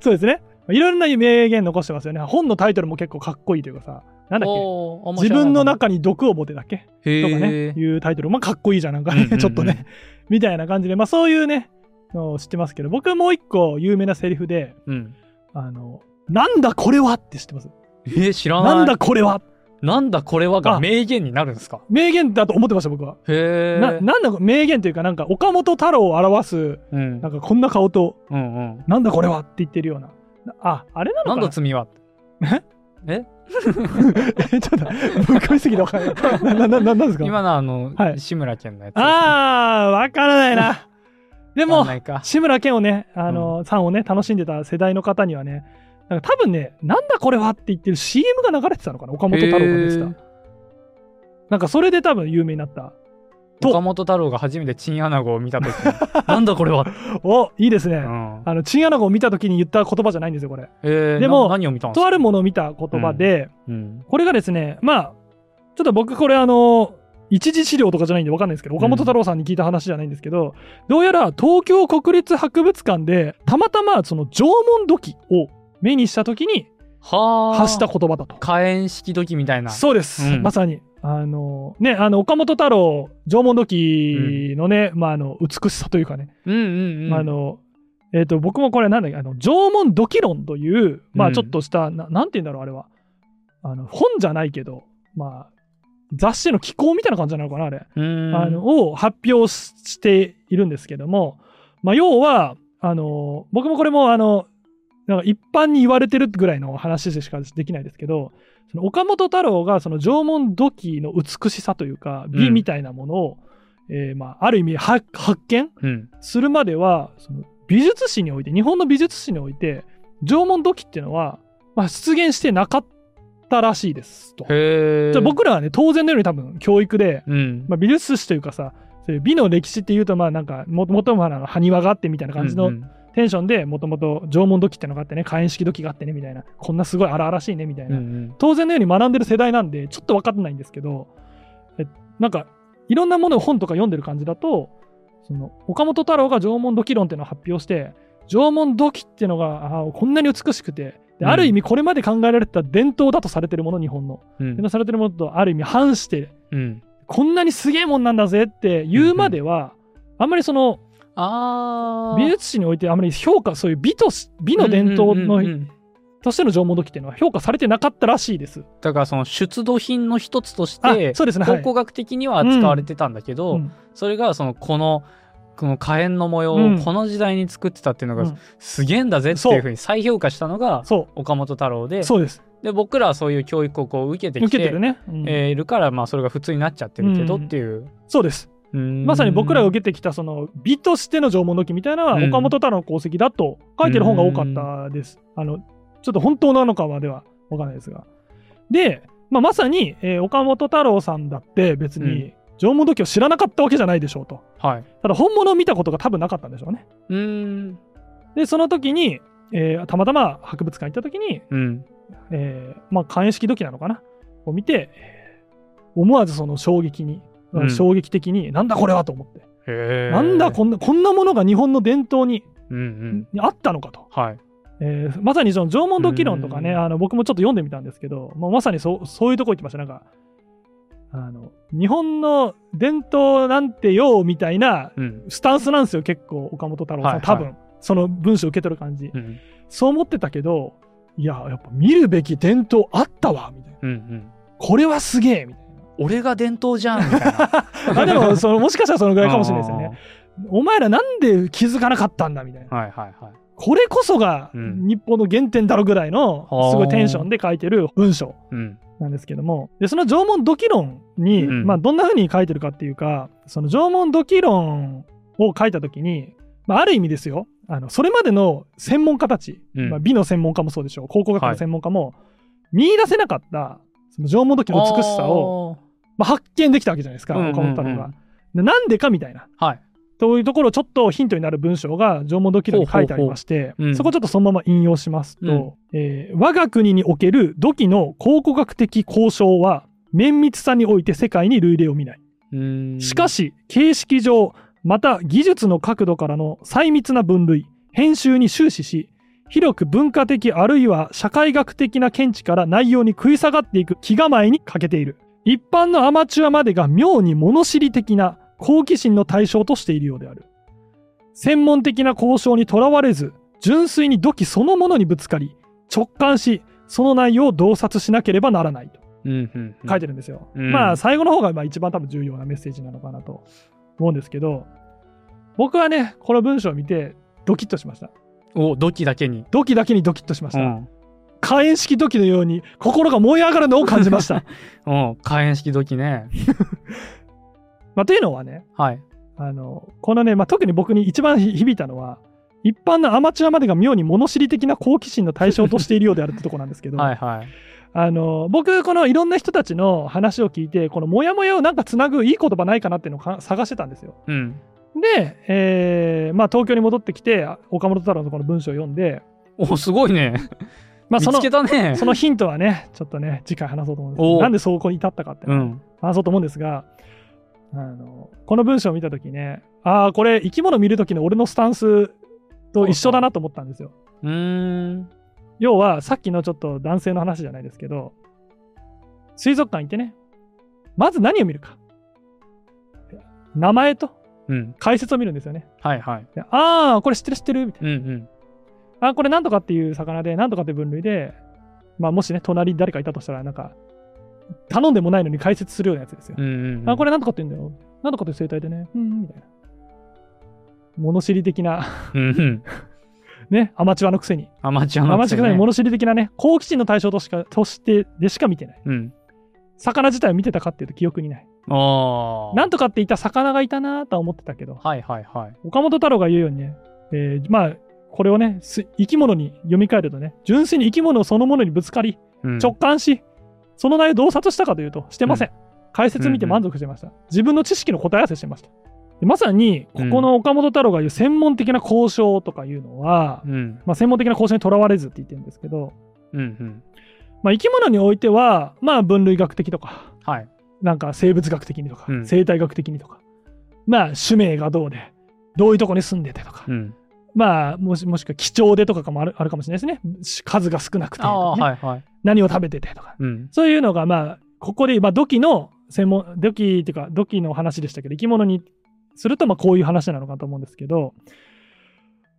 Speaker 1: そうですね。いろんな名言残してますよね。本のタイトルも結構かっこいいというかさ、なんだっけ自分の中に毒を持てだっけと
Speaker 2: と
Speaker 1: かね、いうタイトル。まあ、かっこいいじゃん、なんかね、ちょっとね、。みたいな感じで、まあ、そういうね、のを知ってますけど、僕はもう一個有名なセリフで、
Speaker 2: うんうんうんうん
Speaker 1: あの、なんだこれはって知ってます。
Speaker 2: えー、知らない。
Speaker 1: なんだこれは
Speaker 2: なんだこれは
Speaker 1: あ
Speaker 2: が名言になるんですか
Speaker 1: 名言だと思ってました、僕は。
Speaker 2: へえ。
Speaker 1: ななんだ名言というかなんか岡本太郎を表す
Speaker 2: うん、
Speaker 1: なんかこんな顔と
Speaker 2: うんうん。
Speaker 1: なんだこれはって言ってるようなああれなのか
Speaker 2: なん
Speaker 1: な
Speaker 2: だ罪はえ
Speaker 1: えちょっとぶっ込みすぎてわかんないななななんですか
Speaker 2: 今のあの、
Speaker 1: はい
Speaker 2: 志村けんのやつ。
Speaker 1: あーわからない なで
Speaker 2: でも
Speaker 1: も
Speaker 2: ないか。
Speaker 1: 志村けんをねあの、さんをね楽しんでた世代の方にはねなんか多分ね、なんだこれはって言ってる CM が流れてたのかな、岡本太郎が出て
Speaker 2: へ
Speaker 1: た。なんかそれで多分有名になった。と
Speaker 2: 岡本太郎が初めてチンアナゴを見た時に なんだこれは、
Speaker 1: おいいですね。
Speaker 2: うん
Speaker 1: あの、チンアナゴを見た時に言った言葉じゃないんですよ、これ。
Speaker 2: えー
Speaker 1: でも
Speaker 2: な何を見たんです
Speaker 1: と
Speaker 2: か、
Speaker 1: あるものを見た言葉で、
Speaker 2: うん
Speaker 1: これがですね、まあ、ちょっと僕これあの、一次資料とかじゃないんで分かんないですけど、岡本太郎さんに聞いた話じゃないんですけど、どうやら東京国立博物館で、たまたまその縄文土器を目にした時に
Speaker 2: はあ
Speaker 1: 発した言葉だと。
Speaker 2: 火炎式時みたいな
Speaker 1: そうです、
Speaker 2: うん
Speaker 1: まさに。あのね、あの岡本太郎縄文土器のね、まあ、あの美しさというかね、
Speaker 2: うんうんうん
Speaker 1: あのえー、と僕もこれなんだっけあの縄文土器論という、ま
Speaker 2: う
Speaker 1: あ、
Speaker 2: ん
Speaker 1: ちょっとした、ななんて言うんだろうあれはあの本じゃないけど、まあ、雑誌の寄稿みたいな感じなのかなあれ、
Speaker 2: うん
Speaker 1: あのを発表ししているんですけども、まあ、要はあの僕もこれもあのなんか一般に言われてるぐらいの話でしかできないですけどその岡本太郎がその縄文土器の美しさというか美みたいなものを、えーまあ、ある意味発発見
Speaker 2: うん
Speaker 1: するまではその美術史において日本の美術史において縄文土器っていうのは、まあ、出現してなかったらしいですと。
Speaker 2: へ
Speaker 1: じゃ
Speaker 2: え
Speaker 1: あ僕らはね当然のように多分教育で、
Speaker 2: うん
Speaker 1: まあ、美術史というかさそういう美の歴史っていうとまあなんかもともとはなんか埴輪があってみたいな感じ
Speaker 2: う
Speaker 1: の
Speaker 2: ん
Speaker 1: テンションでもともと縄文土器ってのがあってね火炎式土器があってねみたいなこんなすごい荒々しいねみたい
Speaker 2: うんう
Speaker 1: な、
Speaker 2: ん
Speaker 1: 当然のように学んでる世代なんでちょっと分かってないんですけどえなんかいろんなものを本とか読んでる感じだとその岡本太郎が縄文土器論っていうのを発表して縄文土器っていうのがあーこんなに美しくて
Speaker 2: う
Speaker 1: で
Speaker 2: ん
Speaker 1: ある意味これまで考えられてた伝統だとされてるもの日本の、
Speaker 2: うん
Speaker 1: 伝統されてるものとある意味反して
Speaker 2: うん
Speaker 1: こんなにすげえもんなんだぜって言うまでは、あんまりその
Speaker 2: あー
Speaker 1: 美術史においてあまり評価そういう美とし美の伝統の、
Speaker 2: うんうんうんうん
Speaker 1: としての縄文土器っていうのは評価されてなかったらしいです。
Speaker 2: だからその出土品の一つとし
Speaker 1: あ
Speaker 2: て
Speaker 1: そうですね、は
Speaker 2: 考
Speaker 1: い
Speaker 2: 古学的には扱われてたんだけど、
Speaker 1: うん
Speaker 2: それがそのこのこの火炎の模様
Speaker 1: う
Speaker 2: を
Speaker 1: ん
Speaker 2: この時代に作ってたっていうのが、
Speaker 1: うん
Speaker 2: すげえんだぜっていうふうに再評価したのが
Speaker 1: そ
Speaker 2: 岡本太郎で
Speaker 1: うそうです
Speaker 2: で僕らはそういう教育をこう受けてき
Speaker 1: 受
Speaker 2: て
Speaker 1: けてるね、うん
Speaker 2: えーいるからまあそれが普通になっちゃってるけど
Speaker 1: うん
Speaker 2: っていう、
Speaker 1: そうですまさに僕らが受けてきたその美としての縄文土器みたいなのは
Speaker 2: うん
Speaker 1: 岡本太郎の功績だと書いてる本が多かったです、あのちょっと本当なのかまでは分かんないですがで、まあ、まさに、えー岡本太郎さんだって別に縄文土器を知らなかったわけじゃないでしょうと
Speaker 2: けはい
Speaker 1: ただ本物を見たことが多分なかったんでしょうね
Speaker 2: うーん
Speaker 1: でその時に、えーたまたま博物館行った時に、
Speaker 2: うん
Speaker 1: えーまあ簡易式土器なのかなを見てえー思わずその衝撃に、
Speaker 2: うん
Speaker 1: 衝撃的になんだこれはと思って
Speaker 2: へえ
Speaker 1: なんだこんなこんなものが日本の伝統に
Speaker 2: うんうん
Speaker 1: にあったのかと、
Speaker 2: はい
Speaker 1: えーまさにその縄文土器論とかね
Speaker 2: うん
Speaker 1: あの僕もちょっと読んでみたんですけど、まあ、まさにそうそういうとこ行ってましたなんかあの日本の伝統なんてよみたいな
Speaker 2: うん
Speaker 1: スタンスなんですよ結構岡本太郎さん、
Speaker 2: はいはい
Speaker 1: 多分その文章受け取る感じ、
Speaker 2: うん
Speaker 1: そう思ってたけどいややっぱ見るべき伝統あったわみたいな
Speaker 2: うんうん
Speaker 1: これはすげえみたい
Speaker 2: 俺が伝統じゃんみた いな。
Speaker 1: なあでもそのもしかしたらそのぐらいかもしれないですよねお前らなんで気づかなかったんだみたいな
Speaker 2: あーはいはいはい
Speaker 1: これこそが
Speaker 2: うん
Speaker 1: 日本の原点だろぐらいの
Speaker 2: はあ
Speaker 1: すごいテンションで書いてる文章
Speaker 2: うん
Speaker 1: なんですけどもでその縄文土器論に、
Speaker 2: うん
Speaker 1: まあ、どんな風に書いてるかっていうかその縄文土器論を書いた時に、まあ、ある意味ですよあのそれまでの専門家たち、
Speaker 2: うん
Speaker 1: まあ、美の専門家もそうでしょう考古学の専門家も見出せなかったその縄文土器の美しさを、まあ、発見できたわけじゃないですか
Speaker 2: あー
Speaker 1: 岡本太
Speaker 2: う
Speaker 1: 郎
Speaker 2: んうんう
Speaker 1: が
Speaker 2: ん。
Speaker 1: でなんでかみたいな
Speaker 2: はい
Speaker 1: というところをちょっとヒントになる文章が縄文土器論に書いてありまして
Speaker 2: ほうほうほううん
Speaker 1: そこちょっとそのまま引用しますと、えー我が国における土器の考古学的交渉は綿密さにおいて世界に類例を見ない。しか
Speaker 2: し、
Speaker 1: し形式上また技術の角度からの細密な分類編集に終始し広く文化的あるいは社会学的な見地から内容に食い下がっていく気構えに欠けている一般のアマチュアまでが妙に物知り的な好奇心の対象としているようである専門的な交渉にとらわれず純粋に土器そのものにぶつかり直感しその内容を洞察しなければならないと
Speaker 2: うんうんうん
Speaker 1: 書いてるんですよ。
Speaker 2: うん
Speaker 1: まあ最後の方がまあ一番多分重要なメッセージなのかなと思うんですけど僕はねこの文章を見てドキッとしました。
Speaker 2: お土器だけに、
Speaker 1: ドキだけにドキッとしまし
Speaker 2: う
Speaker 1: た。
Speaker 2: ん
Speaker 1: 火炎式土器のように心が燃え上がるのを感じま した。
Speaker 2: うん、火炎式土器ね。
Speaker 1: まあ、というのはね
Speaker 2: はい。
Speaker 1: あのこのね、まあ、特に僕に一番ひ響いたのは一般のアマチュアまでが妙に物知り的な好奇心の対象としているようであるってとこなんですけど、
Speaker 2: はいはい。
Speaker 1: あの僕このいろんな人たちの話を聞いてこのモヤモヤをなんかつなぐいい言葉ないかなっていうのをか探してたんですよ。
Speaker 2: うん。
Speaker 1: で、えーまあ、東京に戻ってきてあ岡本太郎のこの文章を読んで、
Speaker 2: おすごいね。
Speaker 1: まあ、そ
Speaker 2: 見つ
Speaker 1: の
Speaker 2: けたね。
Speaker 1: そのヒントはねちょっとね次回話そうと思うんですけど
Speaker 2: おう
Speaker 1: なんでそこに至ったかって
Speaker 2: う、ん。
Speaker 1: 話そうと思うんですがあのこの文章を見た時ねああこれ生き物見る時の俺のスタンスと一緒だなと思ったんですよ。
Speaker 2: うーん。
Speaker 1: 要はさっきのちょっと男性の話じゃないですけど水族館行ってねまず何を見るか名前と
Speaker 2: うん。
Speaker 1: 解説を見るんですよね
Speaker 2: はいはい。
Speaker 1: でああこれ知ってる知ってるみたい
Speaker 2: うんうん。
Speaker 1: なあーこれなんとかっていう魚でなんとかって分類でまあもしね隣に誰かいたとしたらなんか頼んでもないのに解説するようなやつですよ、
Speaker 2: うんうんうん。
Speaker 1: あこれなんとかって言うんだよなんとかって生態でねうんうんみたいな物知り的な
Speaker 2: うんうん。
Speaker 1: ねアマチュアのくせに
Speaker 2: アマチュア
Speaker 1: ア
Speaker 2: の
Speaker 1: マ
Speaker 2: く
Speaker 1: チ
Speaker 2: せ
Speaker 1: ュ
Speaker 2: に
Speaker 1: アのくせ
Speaker 2: ね
Speaker 1: に物知り的なね好奇心の対象としかとしてでしか見てない
Speaker 2: うん。
Speaker 1: 魚自体を見てたかっていうと記憶にない。
Speaker 2: ああ。
Speaker 1: なんとかっていた魚がいたなとは思ってたけど、
Speaker 2: はいはいはい。
Speaker 1: 岡本太郎が言うようにね、えーまあ、これをね、す生き物に読み替えるとね、純粋に生き物そのものにぶつかり、
Speaker 2: うん
Speaker 1: 直感し、その内容を洞察したかというと、してません。解説見て満足してました。自分の知識の答え合わせしてました。でまさに、ここの岡本太郎が言う専門的な交渉とかいうのは、
Speaker 2: うん。
Speaker 1: まあ、専門的な交渉にとらわれずって言ってるんですけど、
Speaker 2: うんうん。
Speaker 1: まあ、生き物においては、まあ、分類学的とか、
Speaker 2: はい。
Speaker 1: なんか生物学的にとか、
Speaker 2: うん
Speaker 1: 生態学的にとか、まあ種名がどうで、どういうとこに住んでてとか、
Speaker 2: うん。
Speaker 1: まあもしもしくは貴重でとかかもあるあるかもしれないですね。数が少なくてと
Speaker 2: あ
Speaker 1: か
Speaker 2: あー、
Speaker 1: ね、
Speaker 2: はいはい。
Speaker 1: 何を食べててとか。
Speaker 2: うん。
Speaker 1: そういうのがまあ、ここで、まあ土器の専門、土器っていうか土器の話でしたけど、生き物にするとまあこういう話なのかと思うんですけど、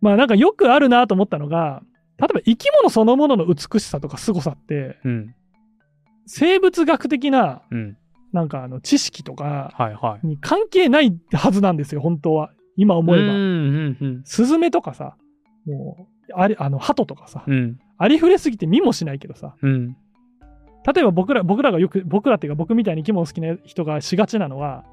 Speaker 1: まあなんかよくあるなと思ったのが、例えば生き物そのものの美しさとか凄さって、
Speaker 2: うん。
Speaker 1: 生物学的な
Speaker 2: うん。
Speaker 1: なんかあの知識とか、
Speaker 2: はいはい。
Speaker 1: に関係ないはずなんですよ、本当は。今思え
Speaker 2: うん
Speaker 1: ば。
Speaker 2: うん
Speaker 1: スズメとかさ、もう、あれ、あの、鳩とかさ、
Speaker 2: うん。うん。
Speaker 1: ありふれすぎて見もしないけどさ、
Speaker 2: うん。
Speaker 1: 例えば僕ら、僕らがよく、僕らっていうか僕みたいに生き物好きな人がしがちなのは、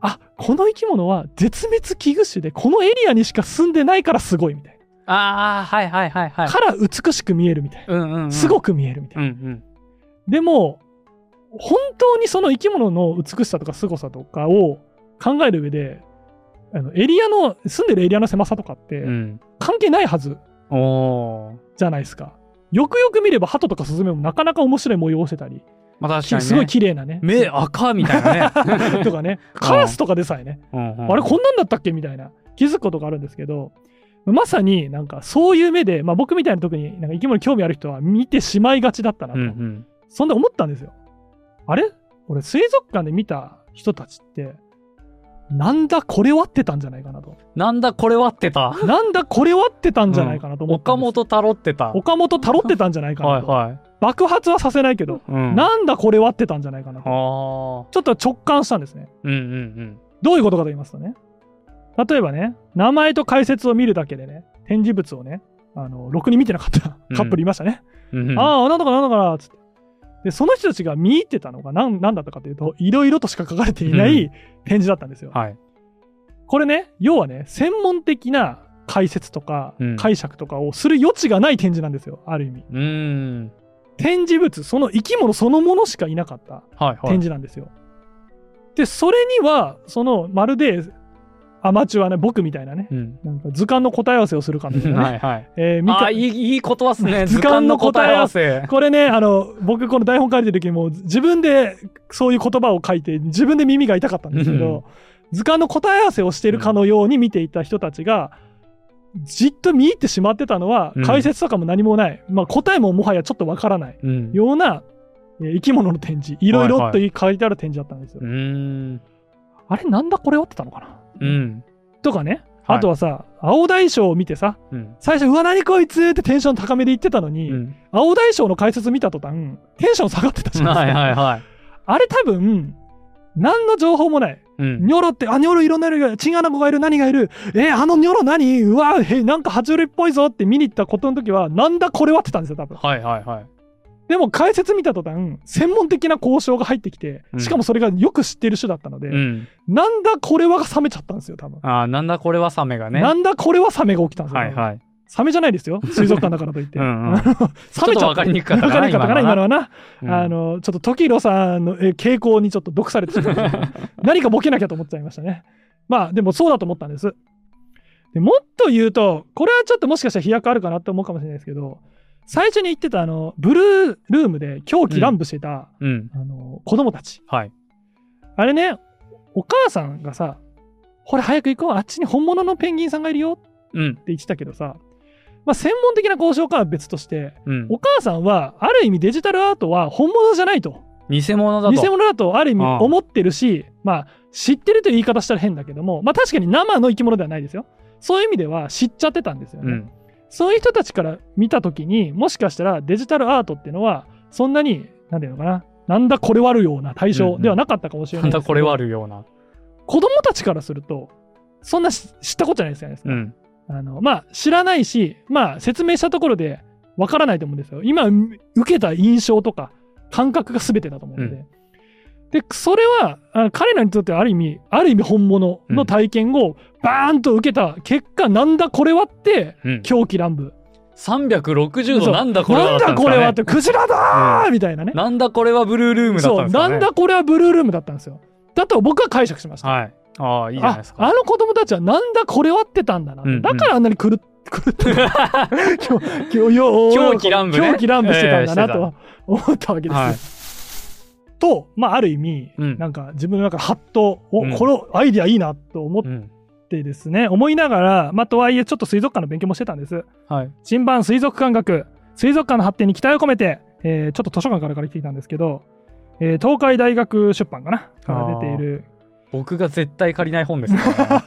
Speaker 1: あ、この生き物は絶滅危惧種で、このエリアにしか住んでないからすごいみたい
Speaker 2: ああ、はいはいはいは
Speaker 1: な。
Speaker 2: い。
Speaker 1: から美しく見えるみたいな。
Speaker 2: うんうんうん。
Speaker 1: すごく見えるみたい
Speaker 2: うん
Speaker 1: な。
Speaker 2: うん。
Speaker 1: でも、本当にその生き物の美しさとか凄さとかを考える上で、あのエリアの、住んでるエリアの狭さとかって、
Speaker 2: うん。
Speaker 1: 関係ないはず
Speaker 2: おおー。
Speaker 1: じゃないですか。よくよく見れば、鳩とかスズメもなかなか面白い模様をしてたり、
Speaker 2: まあ確かに、ね。
Speaker 1: すごい綺麗なね。
Speaker 2: 目赤みたいなね。
Speaker 1: とかね、カラスとかでさえね、
Speaker 2: うんうん
Speaker 1: あれこんなんだったっけみたいな気づくことがあるんですけど、まさになんかそういう目で、まあ、僕みたいな特になんか生き物に興味ある人は見てしまいがちだったな
Speaker 2: う
Speaker 1: と、
Speaker 2: んうん。
Speaker 1: そんで思ったんですよ。あれ俺水族館で見た人たちって、なんだこれはってたんじゃないかなと。
Speaker 2: なんだこれ割ってた。
Speaker 1: なんだこれはってたんじゃないかなと思った
Speaker 2: 岡
Speaker 1: んですよ、
Speaker 2: 本たろってた。はい
Speaker 1: 岡本たろってたんじゃないかなと。
Speaker 2: は
Speaker 1: 爆発はさせないけど、
Speaker 2: い。うん。あ
Speaker 1: なんだこれはってたんじゃないかな
Speaker 2: あ
Speaker 1: と
Speaker 2: ー。
Speaker 1: ちょっと直感したんですね
Speaker 2: うんうん
Speaker 1: どういうことかと言いますとね例えばね名前と解説を見るだけでね展示物をねあのろくに見てなかった
Speaker 2: うん
Speaker 1: カップルいましたね、
Speaker 2: うん。うんうん、
Speaker 1: ああなんだかなんだかなっつってでその人たちが見入ってたのが何なんだったかというといろいろとしか書かれていない展示だったんですよ、
Speaker 2: はい。
Speaker 1: これね要はね専門的な解説とか
Speaker 2: うん
Speaker 1: 解釈とかをする余地がない展示なんですよある意味
Speaker 2: うーん。
Speaker 1: 展示物その生き物そのものしかいなかった
Speaker 2: はいはい。
Speaker 1: 展示なんですよ。でそれにはそのまるでアマチュアね僕みたいなね
Speaker 2: うん。
Speaker 1: なんか図鑑の答え合わせをするかのようなね、
Speaker 2: はいはい。
Speaker 1: えー見
Speaker 2: あ
Speaker 1: た
Speaker 2: あ、いい、いいことですね。
Speaker 1: 図
Speaker 2: 図
Speaker 1: 鑑
Speaker 2: 鑑
Speaker 1: の
Speaker 2: の
Speaker 1: 答え
Speaker 2: 答え
Speaker 1: 合
Speaker 2: 合
Speaker 1: わ
Speaker 2: わせ。
Speaker 1: これねあの僕この台本書いてる時にも自分でそういう言葉を書いて自分で耳が痛かったんですけど図鑑の答え合わせをしているかのように見ていた人たちがじっと見入ってしまってたのは
Speaker 2: うん
Speaker 1: 解説とかも何もない、まあ、答えももはやちょっとわからない
Speaker 2: うん。
Speaker 1: ような、えー生き物の展示いろいろと書いてある展示だったんですよ。
Speaker 2: うーん。
Speaker 1: あれなんだこれはってたのかな、
Speaker 2: うん。
Speaker 1: とかね、
Speaker 2: はい
Speaker 1: あとはさ青大将を見てさ
Speaker 2: うん。
Speaker 1: 最初「うわ何こいつ!」ってテンション高めで言ってたのに、
Speaker 2: うん。
Speaker 1: 青大将の解説見た途端テンション下がってたじゃな
Speaker 2: はいい
Speaker 1: ですか、
Speaker 2: はいはい。
Speaker 1: あれ多分何の情報もない
Speaker 2: うん。
Speaker 1: ニョロってあニョロいろんな色がチンアナゴがいる何がいるえーあのニョロ何うわへなんか爬虫類っぽいぞって見に行ったことの時はなんだこれはってたんですよ多分
Speaker 2: はいはいはい。
Speaker 1: でも解説見た途端専門的な交渉が入ってきて
Speaker 2: うん
Speaker 1: しかもそれがよく知ってる人だったので、
Speaker 2: うん。
Speaker 1: なんだこれはが冷めちゃったんですよ多分、
Speaker 2: ああ、なんだこれはサメがね。
Speaker 1: なんだこれはサメが起きたんですよ、
Speaker 2: はいはい。
Speaker 1: サメじゃないですよ水族館だからといって
Speaker 2: うんうん
Speaker 1: 冷めちゃった
Speaker 2: ちょっとわかりにくかったかな
Speaker 1: わかりにくかったかな今の
Speaker 2: 今の
Speaker 1: はな、
Speaker 2: うん
Speaker 1: あ、のちょっと時宏さんのえ傾向にちょっと毒されてしまいま した何かボケなきゃと思っちゃいましたねまあでもそうだと思ったんですでもっと言うとこれはちょっともしかしたら飛躍あるかなって思うかもしれないですけど最初に言ってたあのブルールームで狂気乱舞してた、
Speaker 2: うん。
Speaker 1: あの子供たち
Speaker 2: はい。
Speaker 1: あれねお母さんがさ「ほら早く行こうあっちに本物のペンギンさんがいるよ」
Speaker 2: うん
Speaker 1: っ。て言ってたけどさ、まあ、専門的な交渉かは別として
Speaker 2: うん。
Speaker 1: お母さんはある意味デジタルアートは本物じゃないと
Speaker 2: 偽物だと。
Speaker 1: 偽物だとある意味
Speaker 2: ああ
Speaker 1: 思ってるしまあ知ってるという言い方したら変だけどもまあ確かに生の生き物ではないですよそういう意味では知っちゃってたんですよ
Speaker 2: う
Speaker 1: ね、
Speaker 2: ん。
Speaker 1: そういう人たちから見た時にもしかしたらデジタルアートっていうのはそんなに何ていうのかななんだこれはあるような対
Speaker 2: うん
Speaker 1: 象
Speaker 2: うん
Speaker 1: ではなかったかもしれなん
Speaker 2: な
Speaker 1: いですけど、
Speaker 2: だこれはあるような。
Speaker 1: 子供たちからするとそんなし知ったことじゃないですよね、
Speaker 2: うん。
Speaker 1: あのまあ知らないしまあ説明したところでわからないと思うんですよ今う受けた印象とか感覚が全てだと思うので、でそれはあ彼らにとってはある意味ある意味本物の体験をバーンと受けた結果、なんだこれはって
Speaker 2: うん。
Speaker 1: 狂気乱舞
Speaker 2: 360
Speaker 1: そ
Speaker 2: 度
Speaker 1: う
Speaker 2: なんだこれはだ
Speaker 1: な
Speaker 2: っ
Speaker 1: ん
Speaker 2: た
Speaker 1: だ
Speaker 2: んで
Speaker 1: こ
Speaker 2: すかね
Speaker 1: れはってクジラだーみたいなね
Speaker 2: なんだこれはブルールームだっ
Speaker 1: そ
Speaker 2: た
Speaker 1: う
Speaker 2: んですか
Speaker 1: な
Speaker 2: ね。
Speaker 1: んだこれはブルールームだったんですよだと僕は解釈しました
Speaker 2: はい。ああ、いいじゃないです
Speaker 1: ああ
Speaker 2: か。
Speaker 1: の子供たちはなんだこれはってたんだな、
Speaker 2: うんうん
Speaker 1: だからあんなに狂っ 狂ってた狂狂よ
Speaker 2: 狂気乱舞ね
Speaker 1: 狂気乱舞してたんだな
Speaker 2: ええしてた
Speaker 1: と思ったわけです、
Speaker 2: はい。
Speaker 1: と、まあ、ある意味、
Speaker 2: うん
Speaker 1: なんか自分の中でハッとお、
Speaker 2: うん
Speaker 1: このアイディアいいなと思っ
Speaker 2: うん。
Speaker 1: てですね、思いながら、まあ、とはいえちょっと水族館の勉強もしてたんです
Speaker 2: はい。
Speaker 1: 新版水族館学水族館の発展に期待を込めて、えーちょっと図書館から借りてきたんですけど、えー東海大学出版かなから出ている
Speaker 2: 僕が絶対借りない本ですからね。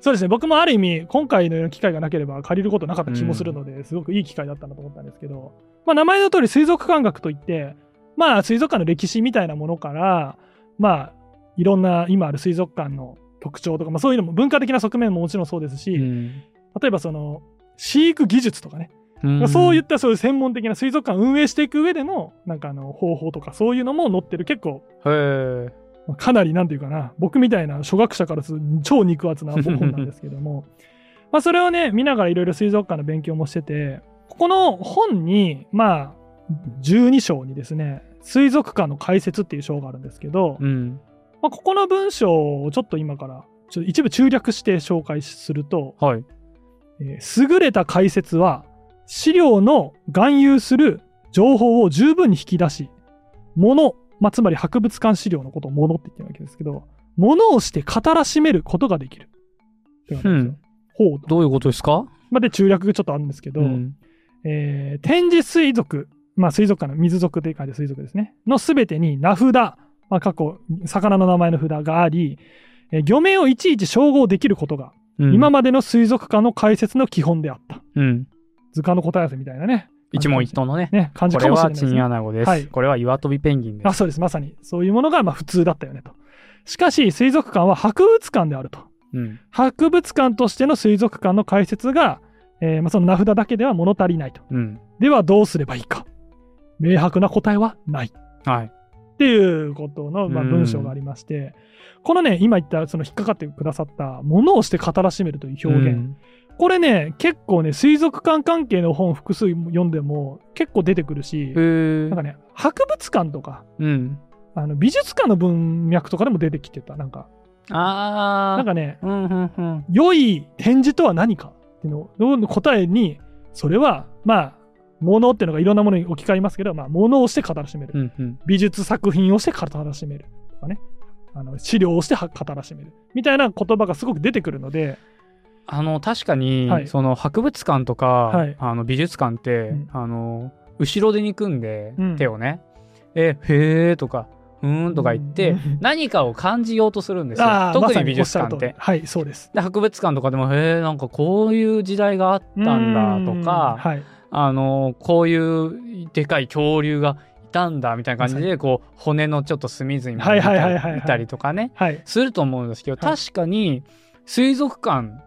Speaker 1: そうですね僕もある意味今回のような機会がなければ借りることなかった気もするので、すごくいい機会だったなと思ったんですけど、まあ、名前の通り水族館学といってまあ水族館の歴史みたいなものからまあいろんな今ある水族館の特徴とか、まあ、そういうのも文化的な側面ももちろんそうですし、例えばその飼育技術とかね、
Speaker 2: うん
Speaker 1: そういったそういう専門的な水族館を運営していく上でのなんかあの方法とかそういうのも載ってる結構
Speaker 2: へえ。
Speaker 1: まあかなりなんていうかな僕みたいな初学者からすると超肉厚な本なんですけど もまあそれをね見ながらいろいろ水族館の勉強もしててここの本にまあ12章にですね水族館の解説っていう章があるんですけど、
Speaker 2: うん。
Speaker 1: まあ、ここの文章をちょっと今からちょっと一部中略して紹介すると、
Speaker 2: はい。
Speaker 1: えー優れた解説は資料の含有する情報を十分に引き出し物、まあ、つまり博物館資料のことを物って言ってるわけですけど物をして語らしめることができるってことなんですよ。ほうと
Speaker 2: どういうことですか
Speaker 1: まあで中略がちょっとあるんですけど、
Speaker 2: うん。
Speaker 1: えー展示水族、まあ、水族館の水族という感じで水族ですねの全てに名札、まあ、過去魚の名前の札があり、えー魚名をいちいち照合できることが今までの水族館の解説の基本であった。
Speaker 2: うん。
Speaker 1: 図鑑の答え合わせみたいなね。
Speaker 2: 一問一答のね。
Speaker 1: ね、感じ
Speaker 2: こ
Speaker 1: か
Speaker 2: れ
Speaker 1: もしれな
Speaker 2: はい
Speaker 1: です
Speaker 2: チン
Speaker 1: ね。
Speaker 2: アナゴで
Speaker 1: はい
Speaker 2: す。これは岩飛びペンギンで
Speaker 1: あ、
Speaker 2: す。
Speaker 1: そうです。まさに。そういうものがまあ普通だったよねと。しかし、水族館は博物館であると。
Speaker 2: うん。
Speaker 1: 博物館としての水族館の解説が、えーまあその名札だけでは物足りないと。
Speaker 2: うん。
Speaker 1: ではどうすればいいか。明白な答えはない。
Speaker 2: はい。
Speaker 1: っていうことの、まあ、
Speaker 2: うん
Speaker 1: 文章がありまして、このね、今言った、その引っかかってくださった、ものをして語らしめるという表現。
Speaker 2: うん
Speaker 1: これね、結構ね、水族館関係の本複数読んでも結構出てくるし
Speaker 2: へ、え
Speaker 1: なん。かね、博物館とか、
Speaker 2: うん。
Speaker 1: あの美術館の文脈とかでも出てきてた。なんか、
Speaker 2: ああ。
Speaker 1: なんかね、
Speaker 2: うんうんうん。
Speaker 1: 良い展示とは何かっていうのの答えに、それは、まあ、物っていうのがいろんなものに置き換えますけど、まあ、物をして語らしめる。
Speaker 2: うんうん。
Speaker 1: 美術作品をして語らしめる。とかね。あの資料をしては語らしめる。みたいな言葉がすごく出てくるので、
Speaker 2: あの確かに、
Speaker 1: はい
Speaker 2: その博物館とか、
Speaker 1: はい
Speaker 2: あの美術館って、
Speaker 1: うん
Speaker 2: あの後ろでに組んで、
Speaker 1: うん
Speaker 2: 手をね「えへえ」とか「うーん」とか言って、
Speaker 1: うん
Speaker 2: 何かを感じようとするんですよ
Speaker 1: あーま
Speaker 2: 特
Speaker 1: さ
Speaker 2: に
Speaker 1: お
Speaker 2: 美
Speaker 1: っ
Speaker 2: 術
Speaker 1: しゃる
Speaker 2: 館
Speaker 1: 通
Speaker 2: っ
Speaker 1: り
Speaker 2: て。
Speaker 1: はい、そうです。
Speaker 2: で博物館とかでも「へえんかこういう時代があったんだ」と
Speaker 1: うん
Speaker 2: か、
Speaker 1: はい、
Speaker 2: あのこういうでかい恐竜がいたんだみたいな感じでこう骨のちょっと隅々まで見
Speaker 1: はいはいはいはい
Speaker 2: た
Speaker 1: はい
Speaker 2: 見たりとかね
Speaker 1: はい、
Speaker 2: すると思うんですけど、
Speaker 1: はい
Speaker 2: 確かに水族館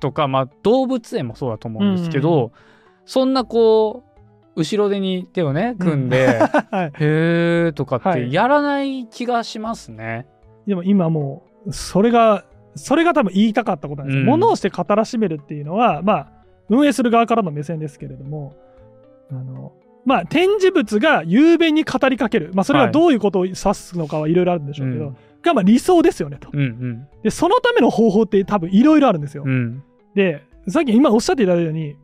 Speaker 2: とか、まあ、動物園もそうだと思うんですけど、そんなこう後ろ手に手をね組んで、 へ
Speaker 1: はい、
Speaker 2: えとかっ
Speaker 1: は
Speaker 2: て
Speaker 1: い
Speaker 2: やらない気がしますね。
Speaker 1: でも今もうそれがそれが多分言いたかったことなんですよ、
Speaker 2: うん
Speaker 1: 物をして語らしめるっていうのはまあ運営する側からの目線ですけれどもあのまあ展示物が雄弁に語りかける、まあ、それ
Speaker 2: は
Speaker 1: が
Speaker 2: い
Speaker 1: どういうことを指すのかはいろいろあるんでしょうけど、
Speaker 2: うん
Speaker 1: がまあ理想ですよねと
Speaker 2: うん
Speaker 1: でそのための方法って多分いろいろあるんですよ、
Speaker 2: うんうん
Speaker 1: でさっき今おっしゃっていただいたように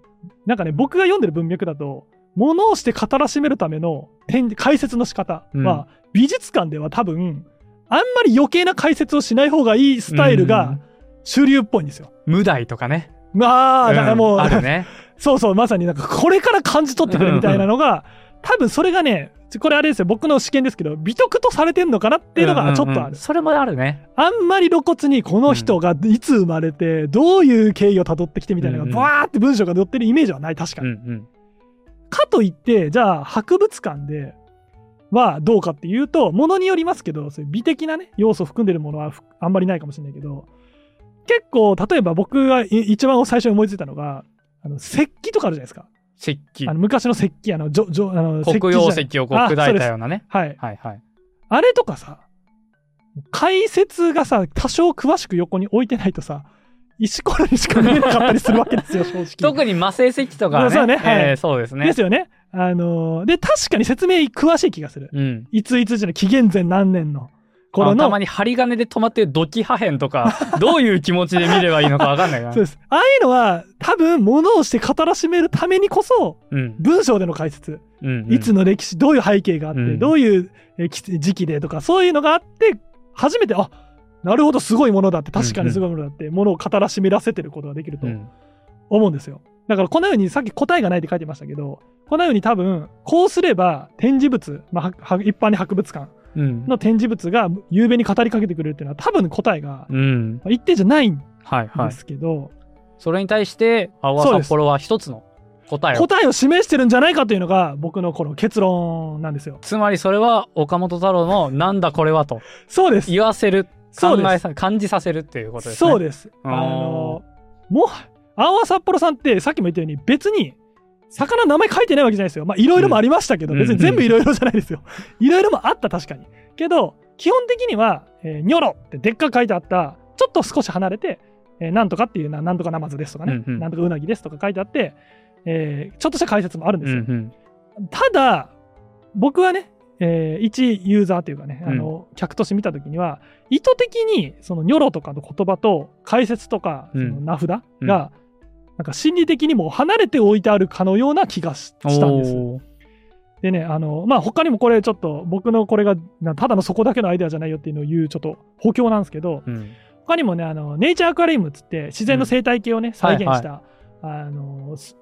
Speaker 1: なんかね僕が読んでる文脈だと物をして語らしめるための展示解説の仕方は、
Speaker 2: うん
Speaker 1: 美術館では多分あんまり余計な解説をしない方がいいスタイルが主流っぽいんですよ。
Speaker 2: 無題とかね。
Speaker 1: まあだからもう、
Speaker 2: んある ね。
Speaker 1: そうそうまさになんかこれから感じ取ってくれみたいなのが多分それがねこれあれですよ僕の試験ですけど美徳とされてんのかなっていうのがちょっとある。
Speaker 2: うんうんうんそれもあるね。
Speaker 1: あんまり露骨にこの人がいつ生まれて、どういう経緯をたどってきてみたいなの
Speaker 2: うんう
Speaker 1: が
Speaker 2: ん
Speaker 1: バーって文章が載ってるイメージはない確か
Speaker 2: うん
Speaker 1: に、
Speaker 2: うん
Speaker 1: かといってじゃあ博物館ではどうかっていうとものによりますけどそういう美的なね要素を含んでるものはふあんまりないかもしれないけど結構例えば僕がい一番最初に思いついたのがあの石器とかあるじゃないですか
Speaker 2: 石器
Speaker 1: あの昔の石器あのじょじょあの石器
Speaker 2: 黒
Speaker 1: じゃ
Speaker 2: 曜
Speaker 1: ない
Speaker 2: 石をこう砕いたようなね。
Speaker 1: はい
Speaker 2: はいはい。
Speaker 1: あれとかさ、解説がさ、多少詳しく横に置いてないとさ、石ころにしか見えなかったりするわけ ですよ、正直。
Speaker 2: 特に魔性石器とかは
Speaker 1: そう
Speaker 2: ね
Speaker 1: ねはい
Speaker 2: えーそうです
Speaker 1: で
Speaker 2: ね
Speaker 1: す。よね。あのーで、確かに説明詳しい気がする。
Speaker 2: うん。
Speaker 1: いついつ時の紀元前何年の頃
Speaker 2: あ
Speaker 1: の。
Speaker 2: たまに針金で止まってる土器破片 とかどういう気持ちで見ればいいのか分かんないから
Speaker 1: そうです。ああいうのは、多分、物をして語らしめるためにこそ、
Speaker 2: うん
Speaker 1: 文章での解説。
Speaker 2: うんうん
Speaker 1: いつの歴史、どういう背景があって、
Speaker 2: うん
Speaker 1: どういうえーき時期でとか、そういうのがあって、初めて、あなるほど、すごいものだって、確かにすごいものだって、ものを語らしめらせてることができると
Speaker 2: うん
Speaker 1: 思うんですよ。だからこのようにさっき答えがないって書いてましたけど、このように多分、こうすれば展示物、まあはは、一般に博物館
Speaker 2: うん
Speaker 1: の展示物が夕べに語りかけてくれるっていうのは多分答えが
Speaker 2: うん
Speaker 1: 一定じゃないん
Speaker 2: はいは
Speaker 1: で
Speaker 2: い
Speaker 1: すけど、
Speaker 2: それに対して青
Speaker 1: そう
Speaker 2: 葉
Speaker 1: です
Speaker 2: 札幌は一つの答えを
Speaker 1: 答えを示してるんじゃないかというのが僕のこの結論なんですよ。
Speaker 2: つまりそれは岡本太郎の「なんだこれは」と
Speaker 1: そうです。
Speaker 2: 言わせる
Speaker 1: そ
Speaker 2: 考
Speaker 1: う
Speaker 2: え
Speaker 1: です。
Speaker 2: さ感じさせるっていうことですね
Speaker 1: そうです。
Speaker 2: あ
Speaker 1: あ
Speaker 2: ー
Speaker 1: の、もは、青葉札幌さんってさっきも言ったように別に魚の名前書いてないわけじゃないですよ。まあいろいろもありましたけど、
Speaker 2: うん
Speaker 1: 別に全部いろいろじゃないですよ。いろいろもあった確かに。けど、基本的には、えーニョロってでっかく書いてあった、ちょっと少し離れて、えーなんとかっていうな、なんとかナマズですとかね、
Speaker 2: うんうん
Speaker 1: なんとかウナギですとか書いてあって、えーちょっとした解説もあるんです
Speaker 2: う
Speaker 1: よ。
Speaker 2: んうん
Speaker 1: ただ、僕はね、えー一ユーザーというかね、あの客として見たときには、意図的にそのニョロとかの言葉と解説とか、そ
Speaker 2: うん
Speaker 1: の名札が、なんか心理的にも離れて置いてあるかのような気がししたんです。
Speaker 2: おー
Speaker 1: でね、あのまあ、他にもこれ、ちょっと僕のこれが、なただのそこだけのアイデアじゃないよっていうのを言う、ちょっと補強なんですけど、
Speaker 2: うん
Speaker 1: 他にもねあのネイチャーアクアリウムっつって自然の生態系をね、再現した、あのす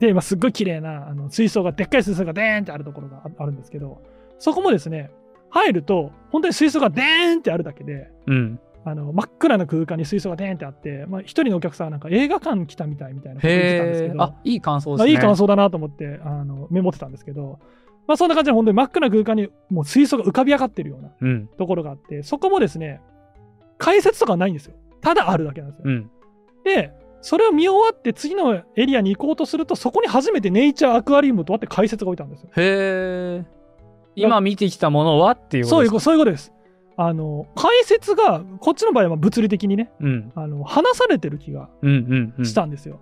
Speaker 1: で今すっごい綺麗なあの水槽がでっかい水槽がデーンってあるところがああるんですけどそこもですね入ると本当に水槽がデーンってあるだけで
Speaker 2: うん
Speaker 1: あの真っ暗な空間に水槽がデーンってあって、まあ、一人のお客さんはなんか映画館来たみたいみたいなこと言ってたんですけ
Speaker 2: へえ
Speaker 1: ど
Speaker 2: あいい感想で
Speaker 1: ますあ、
Speaker 2: ね
Speaker 1: いい感想だなと思ってあのメモってたんですけど、まあ、そんな感じで本当に真っ暗な空間にもう水槽が浮かび上がってるような
Speaker 2: うん
Speaker 1: ところがあってそこもですね解説とかはないんですよただあるだけなんですよ
Speaker 2: うん
Speaker 1: で、それを見終わって次のエリアに行こうとすると、そこに初めてネイチャーアクアリウムとあって解説が置いたんですよ。
Speaker 2: へえ今見てきたものはっていうこ
Speaker 1: そ
Speaker 2: と
Speaker 1: ういう
Speaker 2: です
Speaker 1: こと、そういうことです。あの、解説が、こっちの場合は物理的にね、
Speaker 2: うん
Speaker 1: あの、話されてる気が
Speaker 2: うんうんうん
Speaker 1: したんですよ。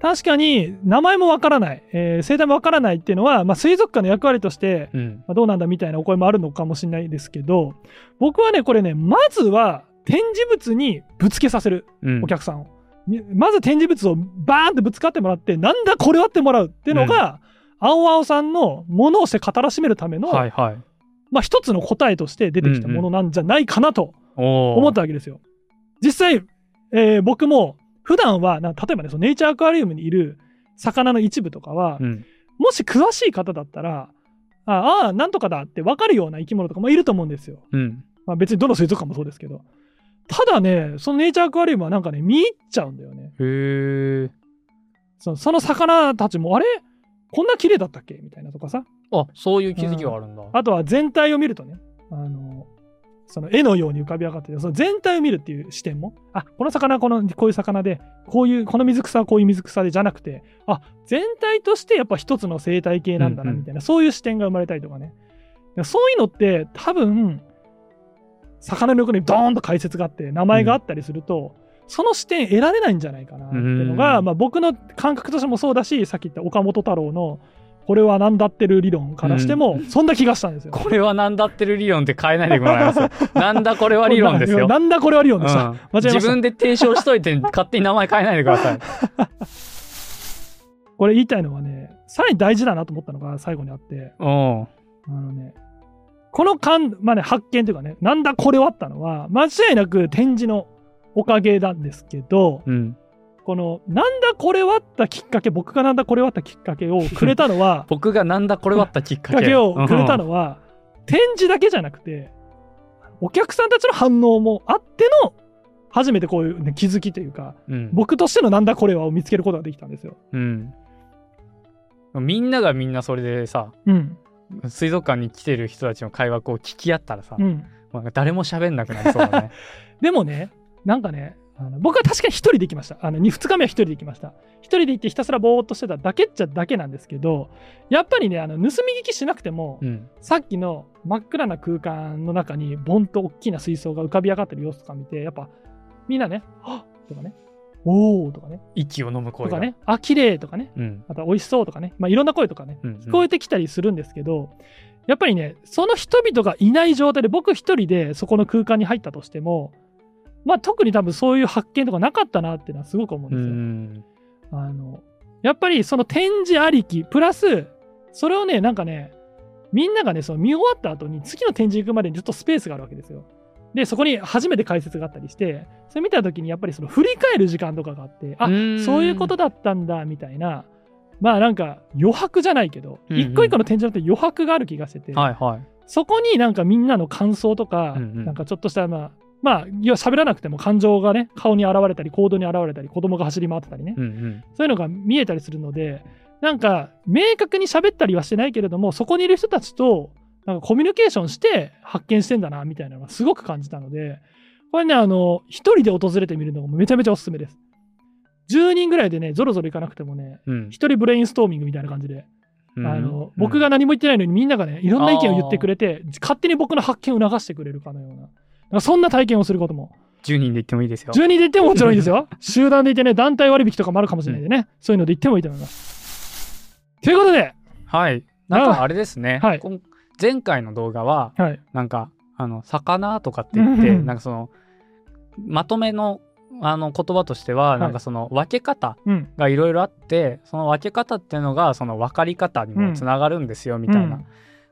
Speaker 1: 確かに、名前もわからない、えー生態もわからないっていうのは、まあ、水族館の役割として、
Speaker 2: うん
Speaker 1: まあどうなんだみたいなお声もあるのかもしれないですけど、僕はね、これね、まずは展示物にぶつけさせる。
Speaker 2: うん
Speaker 1: お客さんを。にまず展示物をバーンってぶつかってもらって、なんだこれはってもらうっていうのが、青青さんのものをして語らしめるための、
Speaker 2: はいはい
Speaker 1: まあ一つの答えとして出てきたものなんじゃないかなと
Speaker 2: 思
Speaker 1: 思ったわけですよ。実際、えー僕も普段はな例えばねそのネイチャーアクアリウムにいる魚の一部とかは、
Speaker 2: うん
Speaker 1: もし詳しい方だったらああーなんとかだって分かるような生き物とかもいると思うんですよ。
Speaker 2: うん
Speaker 1: まあ、別にどの水族館もそうですけど。ただね、そのネイチャーアクアリウムはなんかね、見入っちゃうんだよね。
Speaker 2: へえ
Speaker 1: そのその魚たちも、あれこんな綺麗だったっけみたいなとかさ。
Speaker 2: あそういう気づきがあるんだ
Speaker 1: あとは全体を見るとね、あの、その絵のように浮かび上がっててその全体を見るっていう視点もあこの魚はこのこういう魚でこういうこの水草はこういう水草でじゃなくてあ全体としてやっぱ一つの生態系なんだな
Speaker 2: うんうん
Speaker 1: みたいな、そういう視点が生まれたりとかねそういうのって多分魚の横にドーンと解説があって名前があったりすると、その視点得られないんじゃないかなっていうのが、
Speaker 2: うん
Speaker 1: まあ、僕の感覚としてもそうだしさっき言った岡本太郎のこれは何だってる理論からしても、そんな気がしたんですよ。
Speaker 2: これはなんだってる理論って変えないでもら いますよ。なんだこれは理論ですよ。
Speaker 1: なんだこれは理論
Speaker 2: うん
Speaker 1: でした。間違えました
Speaker 2: 自分で提唱しといて勝手に名前変えないでくだ さい。
Speaker 1: これ言いたいのはね、さらに大事だなと思ったのが最後にあって、
Speaker 2: うん。
Speaker 1: あのね、このかん、まあね、発見というかね、なんだこれはあったのは、間違いなく展示のおかげなんですけど、
Speaker 2: うん。、
Speaker 1: この、なんだこれはあったきっかけ、僕がなんだこれはあったきっかけをくれたのは
Speaker 2: 僕がなんだこれは ったきっ
Speaker 1: き
Speaker 2: か
Speaker 1: っか
Speaker 2: け。
Speaker 1: けをくれたのは、展示だけじゃなくて、お客さんたちの反応もあっての、初めてこういう、ね、気づきというか、
Speaker 2: うん。
Speaker 1: 僕としてのなんだこれはを見つけることができたんですよ。
Speaker 2: うん。みんながみんなそれでさ、
Speaker 1: うん。
Speaker 2: 水族館に来てる人たちの会話こう聞き合ったらさ、
Speaker 1: うん。
Speaker 2: なんか誰も喋んなくなりそ うだね。
Speaker 1: でもね、なんかね、あの僕は確かに一人で行きました。あの 2, 日目は一人で行きました。一人で行ってひたすらぼーっとしてただけっちゃだけなんですけど、やっぱりね、あの盗み聞きしなくても、
Speaker 2: うん。
Speaker 1: さっきの真っ暗な空間の中に、ボンと大きな水槽が浮かび上がってる様子とか見て、やっぱみんなね、はっとかね、おーとかね、
Speaker 2: 息を飲む声
Speaker 1: と
Speaker 2: が。
Speaker 1: かね、あ、綺麗とかね、
Speaker 2: うん。
Speaker 1: あと美味しそうとかね、まあ、いろんな声とかね、
Speaker 2: うん。
Speaker 1: 聞こえてきたりするんですけど、やっぱりねその人々がいない状態で僕一人でそこの空間に入ったとしてもまあ特に多分そういう発見とかなかったなっていうのはすごく思うん
Speaker 2: う
Speaker 1: ですよ。
Speaker 2: ん。
Speaker 1: あのやっぱりその展示ありきプラスそれをねなんかねみんながねその見終わった後に次の展示行くまでにずっとスペースがあるわけですよ。でそこに初めて解説があったりしてそれ見た時にやっぱりその振り返る時間とかがあってあ
Speaker 2: うん
Speaker 1: そういうことだったんだみたいなまあなんか余白じゃないけど
Speaker 2: うんうん
Speaker 1: 一個一個の展示だって余白がある気がしてて、
Speaker 2: はいはい。
Speaker 1: そこになんかみんなの感想とか、
Speaker 2: うんうん
Speaker 1: なんかちょっとしたまあまあいや喋らなくても感情がね顔に現れたり行動に現れたり子供が走り回ってたりね、
Speaker 2: うんうん。
Speaker 1: そういうのが見えたりするので、なんか明確に喋ったりはしてないけれども、そこにいる人たちとなんかコミュニケーションして発見してんだなみたいなのがすごく感じたので、これね、あの、一人で訪れてみるのもめちゃめちゃおすすめです。10人ぐらいでね、ぞろぞろ行かなくてもね、
Speaker 2: うん
Speaker 1: 一人ブレインストーミングみたいな感じで、
Speaker 2: うん
Speaker 1: あの僕が何も言ってないのにみんながね、いろんな意見を言ってくれて、勝手に僕の発見を促してくれるかのような、なんかそんな体験をすることも
Speaker 2: 10人で行ってもいいですよ。
Speaker 1: 12で言ってももちろんいいですよ。集団で言ってね、団体割引とかもあるかもしれないんでね、そういうので言ってもいいと思います。ということで、
Speaker 2: はい。なんかあれですね。
Speaker 1: はい
Speaker 2: こん前回の動画は、
Speaker 1: はい、
Speaker 2: なんか、あの、魚とかって言って、
Speaker 1: うんうん
Speaker 2: なんかその、まとめの、あの言葉としては、
Speaker 1: い
Speaker 2: なんかその分け方
Speaker 1: うん、
Speaker 2: がいろいろあって、その分け方っていうのが、その分かり方にもつながるんですよ、みたいな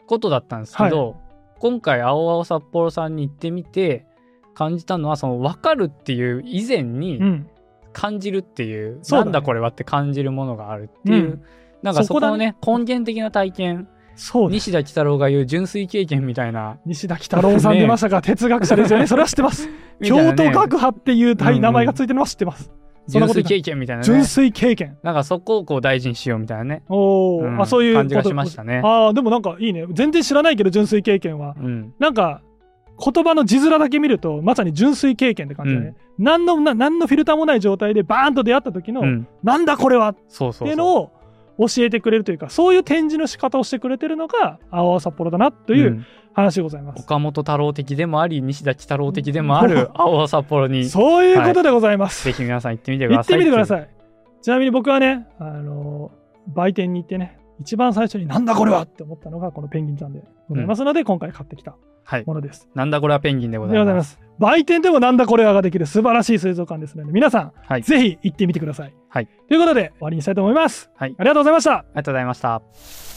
Speaker 2: ことだったんですけど、今回、青青札幌さんに行ってみて、感じたのは、その分かるっていう以前に、
Speaker 1: うん、うん、
Speaker 2: 感じるっていう
Speaker 1: そうだね
Speaker 2: なんだこれはって感じるものがあるっていう、
Speaker 1: うん
Speaker 2: なんかそこのね
Speaker 1: そこだね
Speaker 2: 根源的な体験
Speaker 1: そうです。
Speaker 2: 西田喜太郎が言う純粋経験みたいな
Speaker 1: 西田喜太郎さん出ましたが、哲学者ですよね。それは知ってます。京都学派っていう
Speaker 2: うんう
Speaker 1: 大
Speaker 2: ん
Speaker 1: 名前がついてるのは知ってます。そんなこ
Speaker 2: 純
Speaker 1: と
Speaker 2: 粋
Speaker 1: 言
Speaker 2: 経験みたいなね
Speaker 1: 純粋経験。
Speaker 2: なんかそこをこう大事にしようみたいなね、
Speaker 1: おお、
Speaker 2: うん
Speaker 1: あ、そういうこと
Speaker 2: 感じがしましたね
Speaker 1: ああ、でもなんかいいね。全然知らないけど、純粋経験は。
Speaker 2: うん、
Speaker 1: なんか、言葉の字面だけ見ると、まさに純粋経験って感じだね。何の、な何のフィルターもない状態で、バーンと出会った時の、
Speaker 2: うん、
Speaker 1: なんだこれは
Speaker 2: そうそ
Speaker 1: っ
Speaker 2: う
Speaker 1: ていう
Speaker 2: そう
Speaker 1: のを教えてくれるというかそういう展示の仕方をしてくれてるのが青々札幌だなというん話でございます、
Speaker 2: 岡本太郎的でもあり西田喜太郎的でもある青青札幌にぜ
Speaker 1: そういうことでございます、
Speaker 2: ひ皆さん行ってみてく
Speaker 1: 行
Speaker 2: だ
Speaker 1: っ
Speaker 2: さ
Speaker 1: て
Speaker 2: い
Speaker 1: みてくださ
Speaker 2: い
Speaker 1: いちなみに僕はねあのー売店に行ってね一番最初になんだこれはって思ったのがこのペンギンちゃんでございますので、今回買ってきた
Speaker 2: はい
Speaker 1: ものです
Speaker 2: なんだこれはペンギンでご
Speaker 1: で
Speaker 2: ざ
Speaker 1: ご
Speaker 2: い
Speaker 1: ざい
Speaker 2: ま
Speaker 1: ますす売店でもなんだこれはができる素晴らしい水族館ですので皆さん、
Speaker 2: はい
Speaker 1: ぜひ行ってみてください、
Speaker 2: はい
Speaker 1: ということで終わりにしたいと思います
Speaker 2: はい
Speaker 1: ありがとうございました
Speaker 2: ありがとうございました